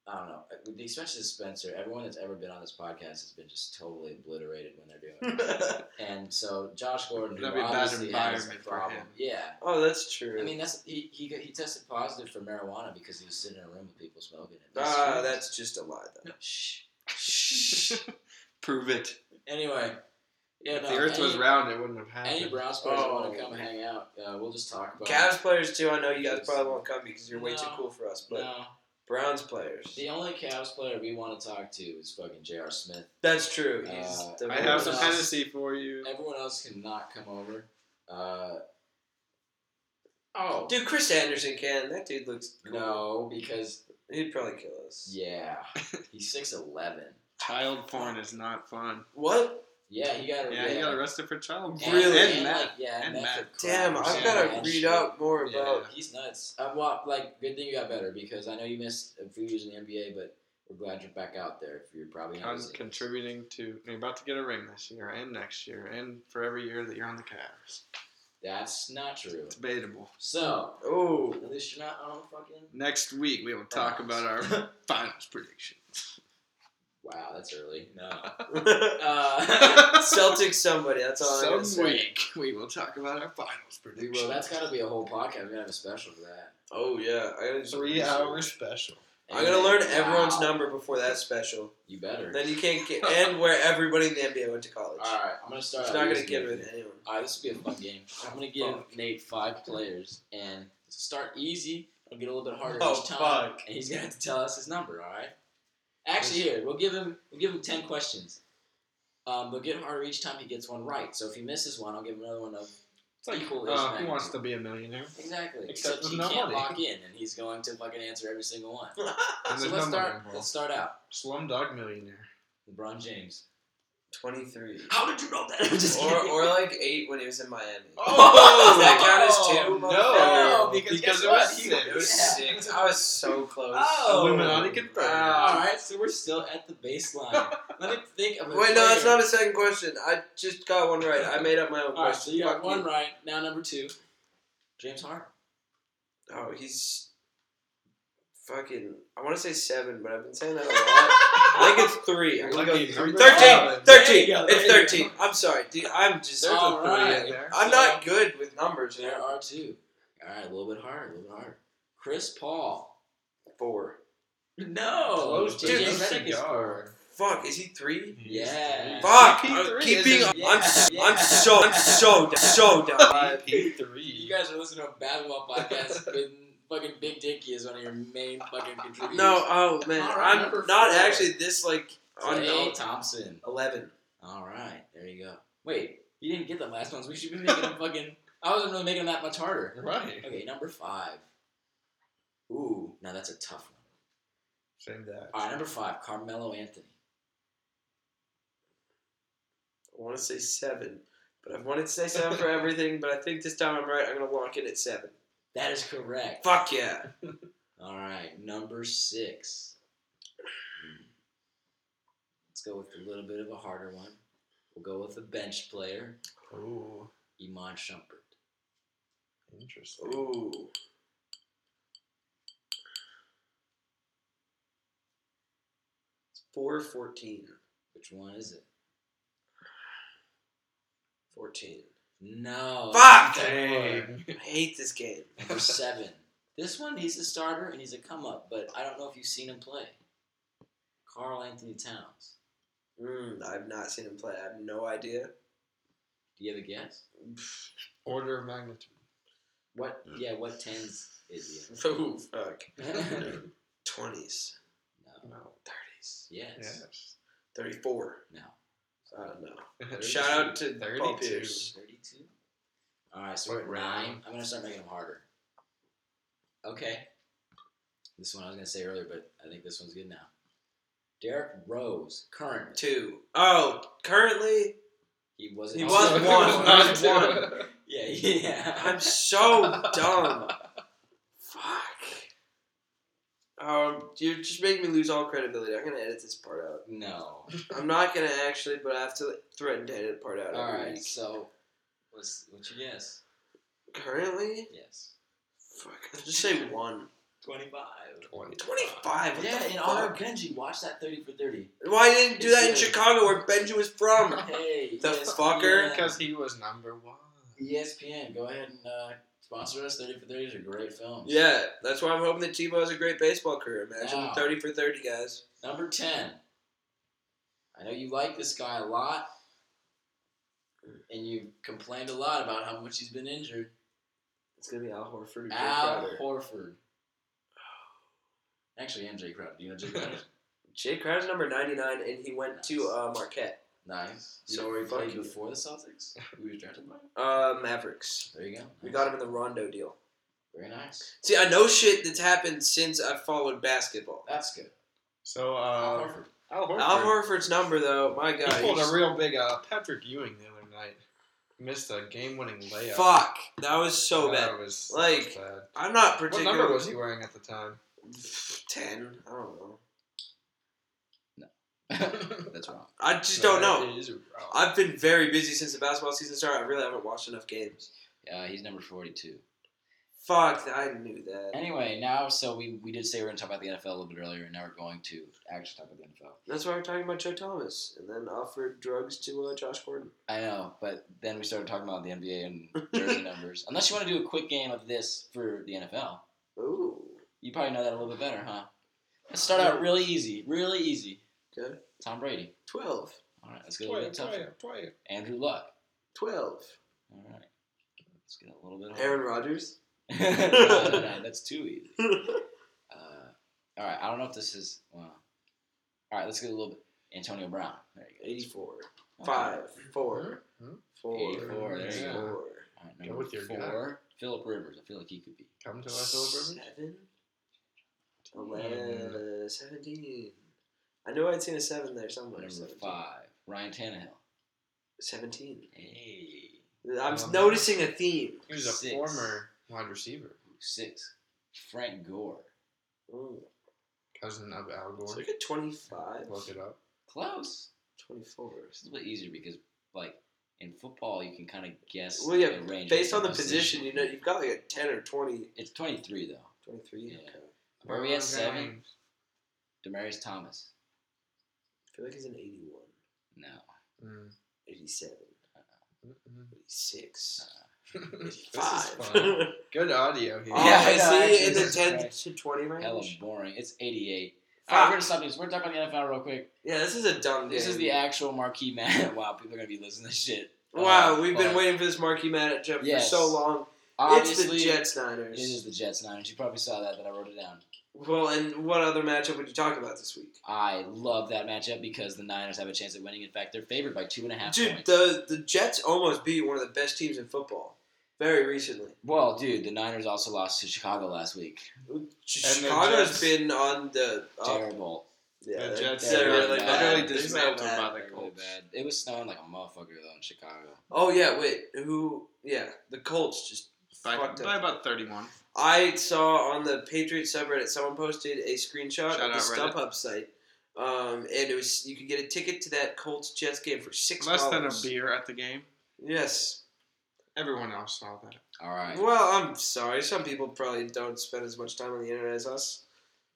[SPEAKER 2] I don't know, with the exception of Spencer. Everyone that's ever been on this podcast has been just totally obliterated when they're doing it. and so Josh Gordon, who
[SPEAKER 3] That'd be a bad
[SPEAKER 2] obviously has a
[SPEAKER 3] environment for
[SPEAKER 2] problem.
[SPEAKER 3] him.
[SPEAKER 2] Yeah,
[SPEAKER 1] oh, that's true.
[SPEAKER 2] I mean that's he, he got- he tested positive for marijuana because he was sitting in a room with people smoking it.
[SPEAKER 1] ah, that's just a lie, though.
[SPEAKER 2] Shh.
[SPEAKER 3] Prove it.
[SPEAKER 2] Anyway, yeah,
[SPEAKER 3] if
[SPEAKER 2] no,
[SPEAKER 3] the Earth
[SPEAKER 2] any,
[SPEAKER 3] was round, it wouldn't have
[SPEAKER 2] Any
[SPEAKER 3] happened.
[SPEAKER 2] Browns players that want
[SPEAKER 1] Oh.
[SPEAKER 2] to come hang out, uh, we'll just talk about.
[SPEAKER 1] Cavs players too. I know you guys
[SPEAKER 2] Just-
[SPEAKER 1] probably won't come because you're way too
[SPEAKER 2] No.
[SPEAKER 1] cool for us, but
[SPEAKER 2] No,
[SPEAKER 1] Browns players.
[SPEAKER 2] The only Cavs player we want to talk to is fucking J.R. Smith.
[SPEAKER 1] That's true. He's
[SPEAKER 2] Uh,
[SPEAKER 1] the
[SPEAKER 3] I have some
[SPEAKER 2] Everyone else-
[SPEAKER 3] Hennessy for you.
[SPEAKER 2] Everyone else cannot come over. Uh, oh.
[SPEAKER 1] Dude, Chris Anderson can. That dude looks cool.
[SPEAKER 2] No, because,
[SPEAKER 1] He'd probably kill us.
[SPEAKER 2] yeah, he's 6'11.
[SPEAKER 3] Child porn is not fun.
[SPEAKER 1] What?
[SPEAKER 2] Oh, Yeah, he got
[SPEAKER 3] Yeah, he got arrested for child porn.
[SPEAKER 2] And-
[SPEAKER 1] Really?
[SPEAKER 2] And,
[SPEAKER 3] And Matt.
[SPEAKER 2] like, yeah,
[SPEAKER 3] and
[SPEAKER 2] and Matt.
[SPEAKER 3] Matt.
[SPEAKER 2] for
[SPEAKER 1] Damn,
[SPEAKER 2] crime
[SPEAKER 1] I've
[SPEAKER 2] or
[SPEAKER 1] got to
[SPEAKER 2] something.
[SPEAKER 1] read up more
[SPEAKER 3] Yeah.
[SPEAKER 1] about.
[SPEAKER 2] He's nuts. Um, well, like, good thing you got better because I know you missed a few years in the NBA, but we're glad you're back out there. If you're probably not
[SPEAKER 3] Con-
[SPEAKER 2] busy.
[SPEAKER 3] contributing to. You're about to get a ring this year and next year and for every year that you're on the Cavs.
[SPEAKER 2] That's not true.
[SPEAKER 3] Debatable.
[SPEAKER 2] So,
[SPEAKER 1] Oh,
[SPEAKER 2] at least you're not on fucking.
[SPEAKER 3] Next week we will talk about our finals prediction.
[SPEAKER 2] Wow, that's early. No. Uh,
[SPEAKER 1] Celtics somebody. That's all I'm gonna
[SPEAKER 3] Some
[SPEAKER 1] say.
[SPEAKER 3] week we will talk about our finals
[SPEAKER 2] We
[SPEAKER 3] prediction.
[SPEAKER 2] will. That's got to be a whole podcast. We're gonna have a special for that.
[SPEAKER 1] Oh yeah, I gotta do some
[SPEAKER 3] three
[SPEAKER 1] research.
[SPEAKER 3] hour special.
[SPEAKER 1] I'm gonna learn
[SPEAKER 2] Wow.
[SPEAKER 1] everyone's number before that special.
[SPEAKER 2] You better.
[SPEAKER 1] Then you can't get and where everybody in the NBA went to college.
[SPEAKER 2] All right, I'm gonna start.
[SPEAKER 1] He's
[SPEAKER 2] out
[SPEAKER 1] not gonna
[SPEAKER 2] using
[SPEAKER 1] give
[SPEAKER 2] it.
[SPEAKER 1] it to anyone.
[SPEAKER 2] All right, this will be a fun game. I'm gonna give
[SPEAKER 1] Fuck.
[SPEAKER 2] Nate five players and start easy. It'll get a little bit harder
[SPEAKER 1] Oh,
[SPEAKER 2] each time,
[SPEAKER 1] fuck.
[SPEAKER 2] and he's gonna have to tell us his number. All right. Actually, here we'll give him we'll give him ten questions. Um, they'll get harder each time he gets one right. So if he misses one, I'll give him another one of
[SPEAKER 3] It's like
[SPEAKER 2] Equal
[SPEAKER 3] uh,
[SPEAKER 2] is
[SPEAKER 3] who wants
[SPEAKER 2] magnitude.
[SPEAKER 3] to be a millionaire?
[SPEAKER 2] exactly.
[SPEAKER 3] Except
[SPEAKER 2] Except
[SPEAKER 3] with
[SPEAKER 2] he
[SPEAKER 3] no
[SPEAKER 2] can't
[SPEAKER 3] money.
[SPEAKER 2] lock in, and he's going to fucking answer every single one.
[SPEAKER 3] And
[SPEAKER 2] Uh, So
[SPEAKER 3] there's
[SPEAKER 2] let's
[SPEAKER 3] no money
[SPEAKER 2] start.
[SPEAKER 3] involved.
[SPEAKER 2] Let's start out.
[SPEAKER 3] Slumdog Millionaire.
[SPEAKER 2] LeBron James.
[SPEAKER 1] Twenty three.
[SPEAKER 2] How did you know that? I'm just
[SPEAKER 1] Or
[SPEAKER 2] kidding.
[SPEAKER 1] or like eight when he was in Miami.
[SPEAKER 2] Oh,
[SPEAKER 1] Does that count as two?
[SPEAKER 3] no.
[SPEAKER 1] motherfucker?
[SPEAKER 2] No, because
[SPEAKER 3] because
[SPEAKER 2] guess
[SPEAKER 3] it
[SPEAKER 2] what?
[SPEAKER 3] was
[SPEAKER 2] He-
[SPEAKER 3] six.
[SPEAKER 1] It was
[SPEAKER 2] Yeah.
[SPEAKER 1] six. I was so close.
[SPEAKER 2] Oh.
[SPEAKER 3] Illuminati confirmed.
[SPEAKER 1] Wow.
[SPEAKER 2] All right, so we're still at the baseline. Let me think of. a
[SPEAKER 1] Wait, no, that's
[SPEAKER 2] player.
[SPEAKER 1] not a second question. I just got one right. I made up my own
[SPEAKER 2] All right, so
[SPEAKER 1] question.
[SPEAKER 2] you got
[SPEAKER 1] Fuck
[SPEAKER 2] one
[SPEAKER 1] you.
[SPEAKER 2] right. Now number two, James Harden.
[SPEAKER 1] Oh, he's fucking. I want to say seven, but I've been saying that a lot. I think it's three. I'm gonna go
[SPEAKER 3] Lucky
[SPEAKER 1] three.
[SPEAKER 3] number
[SPEAKER 1] Thirteen.
[SPEAKER 3] seven.
[SPEAKER 1] Thirteen.
[SPEAKER 2] There you go,
[SPEAKER 1] It's
[SPEAKER 2] there you
[SPEAKER 1] thirteen. I'm sorry, dude. I'm just.
[SPEAKER 3] There's
[SPEAKER 2] All
[SPEAKER 3] a three
[SPEAKER 2] right.
[SPEAKER 3] in there.
[SPEAKER 1] I'm not good with numbers.
[SPEAKER 2] There
[SPEAKER 1] Man.
[SPEAKER 2] are two. All right, a little bit harder, a little bit harder. Chris Paul.
[SPEAKER 1] Four.
[SPEAKER 2] No,
[SPEAKER 3] Close,
[SPEAKER 1] dude,
[SPEAKER 2] JJ
[SPEAKER 1] this
[SPEAKER 2] Redick is
[SPEAKER 3] cigar.
[SPEAKER 1] Fuck. Is he three?
[SPEAKER 2] Yeah.
[SPEAKER 1] Fuck. uh,
[SPEAKER 3] CP3
[SPEAKER 1] I'm
[SPEAKER 3] is
[SPEAKER 1] keeping.
[SPEAKER 3] his-
[SPEAKER 1] I'm. s-
[SPEAKER 2] Yeah.
[SPEAKER 1] I'm so. I'm so down. So down.
[SPEAKER 2] You
[SPEAKER 3] CP3.
[SPEAKER 2] guys are listening to a basketball podcast. but fucking Big Dicky is one of your main fucking contributors.
[SPEAKER 1] No. Oh man.
[SPEAKER 2] All right,
[SPEAKER 1] I'm
[SPEAKER 2] number
[SPEAKER 1] not
[SPEAKER 2] four.
[SPEAKER 1] actually this like. On
[SPEAKER 2] Klay
[SPEAKER 1] the
[SPEAKER 2] Thompson.
[SPEAKER 1] eleven.
[SPEAKER 2] All right, there you go. Wait, you didn't get the last ones. We should be making them fucking. I wasn't really making them that much harder.
[SPEAKER 3] Right.
[SPEAKER 2] Okay, number five. Ooh, now that's a tough one.
[SPEAKER 3] Same that.
[SPEAKER 2] All right, number five, Carmelo Anthony.
[SPEAKER 1] I want to say seven, but I've wanted to say seven for everything. But I think this time I'm right. I'm gonna lock in at seven.
[SPEAKER 2] That is correct.
[SPEAKER 1] Fuck yeah.
[SPEAKER 2] All right, number six. Hmm. Let's go with a little bit of a harder one. We'll go with a bench player,
[SPEAKER 3] Ooh,
[SPEAKER 2] Iman Shumpert.
[SPEAKER 3] interesting.
[SPEAKER 1] Ooh. It's 414.
[SPEAKER 2] Which one is it?
[SPEAKER 1] 14.
[SPEAKER 2] No.
[SPEAKER 1] Fuck!
[SPEAKER 3] Oh, Dang.
[SPEAKER 1] I hate this game.
[SPEAKER 2] Number seven. This one, he's a starter and he's a come up, but I don't know if you've seen him play. Carl Anthony Towns.
[SPEAKER 1] Mm, I've not seen him play. I have no idea.
[SPEAKER 2] Do you have a guess?
[SPEAKER 3] Order of magnitude.
[SPEAKER 2] What? Yeah, what tens is
[SPEAKER 1] Ooh, fuck.
[SPEAKER 2] he? in?
[SPEAKER 1] 20s,
[SPEAKER 2] no.
[SPEAKER 3] No.
[SPEAKER 1] 30s,
[SPEAKER 2] Yes.
[SPEAKER 3] Yes.
[SPEAKER 1] 34.
[SPEAKER 2] No.
[SPEAKER 1] I don't know. Shout out to Paul
[SPEAKER 3] 32.
[SPEAKER 1] Pierce.
[SPEAKER 2] Thirty-two. All right, so we're at
[SPEAKER 3] Right.
[SPEAKER 2] nine. I'm gonna start making them harder. Okay. This one I was gonna say earlier, but I think this one's good now. Derek Rose, current.
[SPEAKER 1] Two. Oh, currently
[SPEAKER 2] He wasn't.
[SPEAKER 1] He
[SPEAKER 2] on-
[SPEAKER 1] was
[SPEAKER 3] It
[SPEAKER 1] one.
[SPEAKER 3] not
[SPEAKER 1] was
[SPEAKER 3] two.
[SPEAKER 1] one.
[SPEAKER 2] Yeah, yeah.
[SPEAKER 1] I'm so dumb. Fuck. Um, you're just making me lose all credibility. I'm gonna edit this part out.
[SPEAKER 2] No.
[SPEAKER 1] I'm not gonna actually, but I have to threaten to edit part out.
[SPEAKER 2] All
[SPEAKER 1] every
[SPEAKER 2] right.
[SPEAKER 1] week.
[SPEAKER 2] So, what's what's your guess?
[SPEAKER 1] Currently,
[SPEAKER 2] Yes.
[SPEAKER 1] fuck. I'll just say one.
[SPEAKER 2] Twenty-five.
[SPEAKER 1] Twenty-five. What
[SPEAKER 2] Yeah,
[SPEAKER 1] the
[SPEAKER 2] in
[SPEAKER 1] fuck?
[SPEAKER 2] honor of Benji, watch that thirty for thirty.
[SPEAKER 1] Why didn't you do that in
[SPEAKER 2] It's good.
[SPEAKER 1] Chicago where Benji was from?
[SPEAKER 2] Hey, E
[SPEAKER 1] The
[SPEAKER 2] ESPN.
[SPEAKER 1] fucker.
[SPEAKER 3] Because he was number one.
[SPEAKER 2] E ESPN, go ahead and uh, sponsor us. Thirty for thirty is a great film.
[SPEAKER 1] Yeah, that's why I'm hoping that Tebow has a great baseball career. Imagine
[SPEAKER 2] Wow.
[SPEAKER 1] 30 for 30, guys.
[SPEAKER 2] Number 10. I know you like this guy a lot, and you've complained a lot about how much he's been injured.
[SPEAKER 1] It's going to be Al Horford.
[SPEAKER 2] Al Horford. Actually, and Jay Crowder. Do you know Jay Crowder?
[SPEAKER 1] Jay Crowder's number 99, and he went to
[SPEAKER 2] Nice.
[SPEAKER 1] uh, Marquette.
[SPEAKER 2] nice. You
[SPEAKER 1] So
[SPEAKER 2] know where he
[SPEAKER 1] fuck
[SPEAKER 2] played
[SPEAKER 1] you.
[SPEAKER 2] before the Celtics? We was drafted by? him?
[SPEAKER 1] Uh, Mavericks.
[SPEAKER 2] There you go.
[SPEAKER 1] We
[SPEAKER 2] Nice.
[SPEAKER 1] got him in the Rondo deal.
[SPEAKER 2] Very nice.
[SPEAKER 1] See, I know shit that's happened since I followed basketball.
[SPEAKER 2] That's good.
[SPEAKER 3] So
[SPEAKER 2] Al
[SPEAKER 3] uh,
[SPEAKER 2] Horford.
[SPEAKER 3] Al Horford.
[SPEAKER 1] Al Horford's number, though, my God.
[SPEAKER 3] he pulled
[SPEAKER 1] he's-
[SPEAKER 3] a real big uh, Patrick Ewing the other night. Missed a game-winning layup.
[SPEAKER 1] Fuck. That was so
[SPEAKER 3] That
[SPEAKER 1] bad.
[SPEAKER 3] was- that
[SPEAKER 1] Like,
[SPEAKER 3] was bad.
[SPEAKER 1] I'm not
[SPEAKER 3] what
[SPEAKER 1] particularly.
[SPEAKER 3] number was he wearing at the time?
[SPEAKER 1] 10. I don't know.
[SPEAKER 2] That's wrong.
[SPEAKER 1] I just
[SPEAKER 3] No,
[SPEAKER 1] don't know.
[SPEAKER 3] it is wrong.
[SPEAKER 1] I've been very busy since the basketball season started. I really haven't watched enough games.
[SPEAKER 2] Yeah, he's number 42.
[SPEAKER 1] Fuck, I knew that.
[SPEAKER 2] Anyway, now, so we, we did say we are going to talk about the NFL a little bit earlier, and now we're going to actually talk about the NFL.
[SPEAKER 1] That's why we're talking about Joe Thomas, and then offered drugs to uh, Josh Gordon.
[SPEAKER 2] I know, but then we started talking about the NBA and jersey numbers. Unless you want to do a quick game of this for the NFL,
[SPEAKER 1] Ooh,
[SPEAKER 2] you probably know that a little bit better, huh? Let's start out really easy, really easy.
[SPEAKER 1] Okay.
[SPEAKER 2] Tom Brady.
[SPEAKER 1] twelve.
[SPEAKER 2] All right, let's get a little bit tougher.
[SPEAKER 3] Twelve.
[SPEAKER 2] Andrew Luck.
[SPEAKER 1] 12.
[SPEAKER 2] All right, let's get a little bit.
[SPEAKER 1] Aaron Rodgers.
[SPEAKER 2] harder. no, no, no, that's too easy. Uh, all right, I don't know if this is. Well, all right, let's get a little bit. Antonio Brown. There you go.
[SPEAKER 1] 84.
[SPEAKER 2] Okay.
[SPEAKER 1] 5. 4.
[SPEAKER 3] Hmm?
[SPEAKER 1] 4.
[SPEAKER 2] 84,
[SPEAKER 3] there you go.
[SPEAKER 1] 4.
[SPEAKER 2] All right,
[SPEAKER 3] Go
[SPEAKER 2] number
[SPEAKER 3] with your
[SPEAKER 2] four. Philip Rivers. I feel like he could be.
[SPEAKER 3] Come to us, Oliver.
[SPEAKER 1] 7.
[SPEAKER 2] Hmm.
[SPEAKER 1] 11. 17. I know I'd seen a 7 there somewhere.
[SPEAKER 2] Number
[SPEAKER 1] 17.
[SPEAKER 2] five. Ryan Tannehill.
[SPEAKER 1] 17.
[SPEAKER 2] Hey.
[SPEAKER 1] I'm
[SPEAKER 3] Um,
[SPEAKER 1] noticing a theme.
[SPEAKER 3] He was a
[SPEAKER 2] Six.
[SPEAKER 3] former wide receiver,
[SPEAKER 2] Six. Frank Gore.
[SPEAKER 1] Ooh.
[SPEAKER 3] cousin of Al Gore.
[SPEAKER 1] So look at 25.
[SPEAKER 3] Look it up.
[SPEAKER 2] Close.
[SPEAKER 1] 24.
[SPEAKER 2] This is a little easier because, like, in football, you can kind of guess.
[SPEAKER 1] Well, yeah,
[SPEAKER 2] the range
[SPEAKER 1] based
[SPEAKER 2] of
[SPEAKER 1] on the position, you know, you've got like a 10 or 20,
[SPEAKER 2] It's 23, though.
[SPEAKER 1] 23.
[SPEAKER 2] Yeah.
[SPEAKER 1] Okay. I
[SPEAKER 2] Where are we at?
[SPEAKER 3] LeBron
[SPEAKER 2] Seven?
[SPEAKER 3] James.
[SPEAKER 2] Demarius Thomas.
[SPEAKER 1] feel like he's an 81,
[SPEAKER 2] No.
[SPEAKER 3] Mm.
[SPEAKER 1] 87,
[SPEAKER 3] Mm-mm.
[SPEAKER 1] 86,
[SPEAKER 3] mm. This is
[SPEAKER 1] 85.
[SPEAKER 3] fun. Good audio here.
[SPEAKER 1] Oh,
[SPEAKER 2] Yeah,
[SPEAKER 1] I
[SPEAKER 2] I know,
[SPEAKER 1] see
[SPEAKER 2] actually,
[SPEAKER 1] in the
[SPEAKER 2] that's
[SPEAKER 1] 10
[SPEAKER 2] right.
[SPEAKER 1] to 20 range.
[SPEAKER 2] Hella boring. It's 88. All right, we're
[SPEAKER 1] Fuck.
[SPEAKER 2] going to stop this. We're talking about the NFL real quick.
[SPEAKER 1] Ah. Yeah, this is a dumb
[SPEAKER 2] This
[SPEAKER 1] game.
[SPEAKER 2] is the actual marquee man. wow, people are going to be listening to this shit.
[SPEAKER 1] Wow,
[SPEAKER 2] Uh,
[SPEAKER 1] we've been
[SPEAKER 2] but
[SPEAKER 1] waiting for this marquee matchup
[SPEAKER 2] Yes.
[SPEAKER 1] for so long.
[SPEAKER 2] Obviously,
[SPEAKER 1] it's the Jets
[SPEAKER 2] It
[SPEAKER 1] Niners.
[SPEAKER 2] is the Jets Niners. You probably saw that, that I wrote it down.
[SPEAKER 1] Well, and what other matchup would you talk about this week?
[SPEAKER 2] I love that matchup because the Niners have a chance at winning. In fact, they're favored by two and a half
[SPEAKER 1] Dude,
[SPEAKER 2] points.
[SPEAKER 1] the, the Jets almost beat one of the best teams in football very recently.
[SPEAKER 2] Well, dude, the Niners also lost to Chicago last week.
[SPEAKER 1] Chicago's
[SPEAKER 3] Jets-
[SPEAKER 1] been on the up.
[SPEAKER 2] Terrible.
[SPEAKER 1] Yeah,
[SPEAKER 3] The
[SPEAKER 1] they're,
[SPEAKER 3] Jets
[SPEAKER 1] they're
[SPEAKER 2] are
[SPEAKER 1] really
[SPEAKER 2] bad.
[SPEAKER 1] bad.
[SPEAKER 2] Literally
[SPEAKER 1] They're
[SPEAKER 3] dismantled
[SPEAKER 1] bad.
[SPEAKER 3] by the
[SPEAKER 2] Really
[SPEAKER 3] Colts.
[SPEAKER 2] bad. It was snowing like a motherfucker though in Chicago.
[SPEAKER 1] Oh yeah, wait. Who? Yeah, the Colts just
[SPEAKER 3] By,
[SPEAKER 1] fucked
[SPEAKER 3] by
[SPEAKER 1] up.
[SPEAKER 3] about 31.
[SPEAKER 1] I saw on the Patriots subreddit someone posted a screenshot
[SPEAKER 3] Shout
[SPEAKER 1] of the
[SPEAKER 3] out Reddit.
[SPEAKER 1] StubHub site, um, and it was you could get a ticket to that Colts Jets game for six
[SPEAKER 3] Less than a
[SPEAKER 1] dollars.
[SPEAKER 3] beer at the game.
[SPEAKER 1] Yes.
[SPEAKER 3] Everyone else saw that.
[SPEAKER 2] All right.
[SPEAKER 1] Well, I'm sorry. Some people probably don't spend as much time on the internet as us.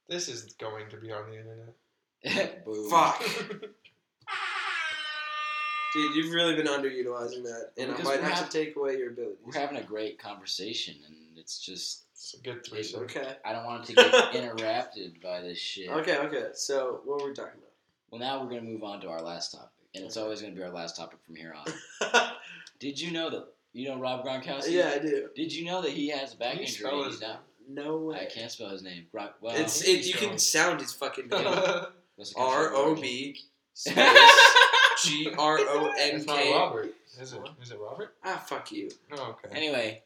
[SPEAKER 3] This is going to be on the internet.
[SPEAKER 2] Boom.
[SPEAKER 1] Fuck, dude, you've really been underutilizing that, and
[SPEAKER 2] Because
[SPEAKER 1] I might
[SPEAKER 2] we
[SPEAKER 1] have,
[SPEAKER 2] have-
[SPEAKER 1] to take away your abilities.
[SPEAKER 2] We're having a great conversation, and it's just
[SPEAKER 3] it's a good threesome.
[SPEAKER 1] Okay.
[SPEAKER 2] I don't want it to get interrupted by this shit.
[SPEAKER 1] Okay. Okay. So what were we talking
[SPEAKER 2] Well, now we're gonna move on to our last topic, and it's always gonna be our last topic from here on.
[SPEAKER 1] about?
[SPEAKER 2] Did you know that you know Rob Gronkowski?
[SPEAKER 1] yeah, I do.
[SPEAKER 2] Did you know that he has a back
[SPEAKER 3] Can you
[SPEAKER 2] injury?
[SPEAKER 3] spell
[SPEAKER 2] and
[SPEAKER 3] his
[SPEAKER 2] he's out?
[SPEAKER 1] No way.
[SPEAKER 2] I can't spell his name. Gron- well,
[SPEAKER 1] It's
[SPEAKER 3] he's
[SPEAKER 1] it, you can
[SPEAKER 3] strong.
[SPEAKER 1] sound his fucking name.
[SPEAKER 3] That's
[SPEAKER 2] what's the country
[SPEAKER 1] R
[SPEAKER 2] of
[SPEAKER 1] O
[SPEAKER 2] origin?
[SPEAKER 1] B
[SPEAKER 3] not
[SPEAKER 1] G R O N K.
[SPEAKER 3] Robert. Is it? Is it Robert?
[SPEAKER 1] Ah, fuck you.
[SPEAKER 3] Oh, okay.
[SPEAKER 2] Anyway,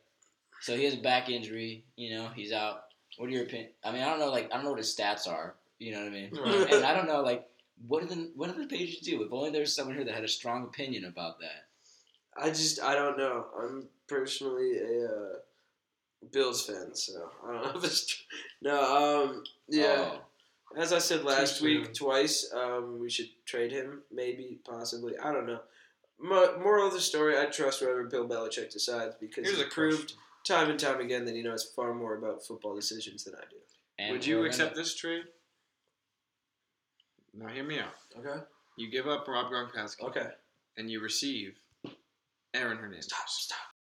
[SPEAKER 2] so he has a back injury. You know, he's out. What are your opinion? I mean, I don't know. Like, I don't know what his stats are. You know what I mean?
[SPEAKER 3] Right.
[SPEAKER 2] and I don't know. Like, what do the what do the Patriots do? If only there was someone here that had a strong opinion about that.
[SPEAKER 1] I just I don't know. I'm personally a uh, Bills fan, so I don't know if it's no. Um, yeah,
[SPEAKER 2] Oh.
[SPEAKER 1] as I said last
[SPEAKER 3] Too
[SPEAKER 1] week,
[SPEAKER 3] soon.
[SPEAKER 1] twice. Um, we should trade him, maybe, possibly. I don't know. Mo- moral of the story: I trust whatever Bill Belichick decides because
[SPEAKER 3] Here's
[SPEAKER 1] he
[SPEAKER 3] a
[SPEAKER 1] proved
[SPEAKER 3] question.
[SPEAKER 1] time and time again that he knows far more about football decisions than I do.
[SPEAKER 2] And
[SPEAKER 3] Would you
[SPEAKER 2] we're
[SPEAKER 3] accept this trade? Now hear me out.
[SPEAKER 1] Okay. Oh.
[SPEAKER 3] You give up Rob Gronkowski
[SPEAKER 1] Okay.
[SPEAKER 3] and you receive Aaron Hernandez.
[SPEAKER 1] Stop. Stop.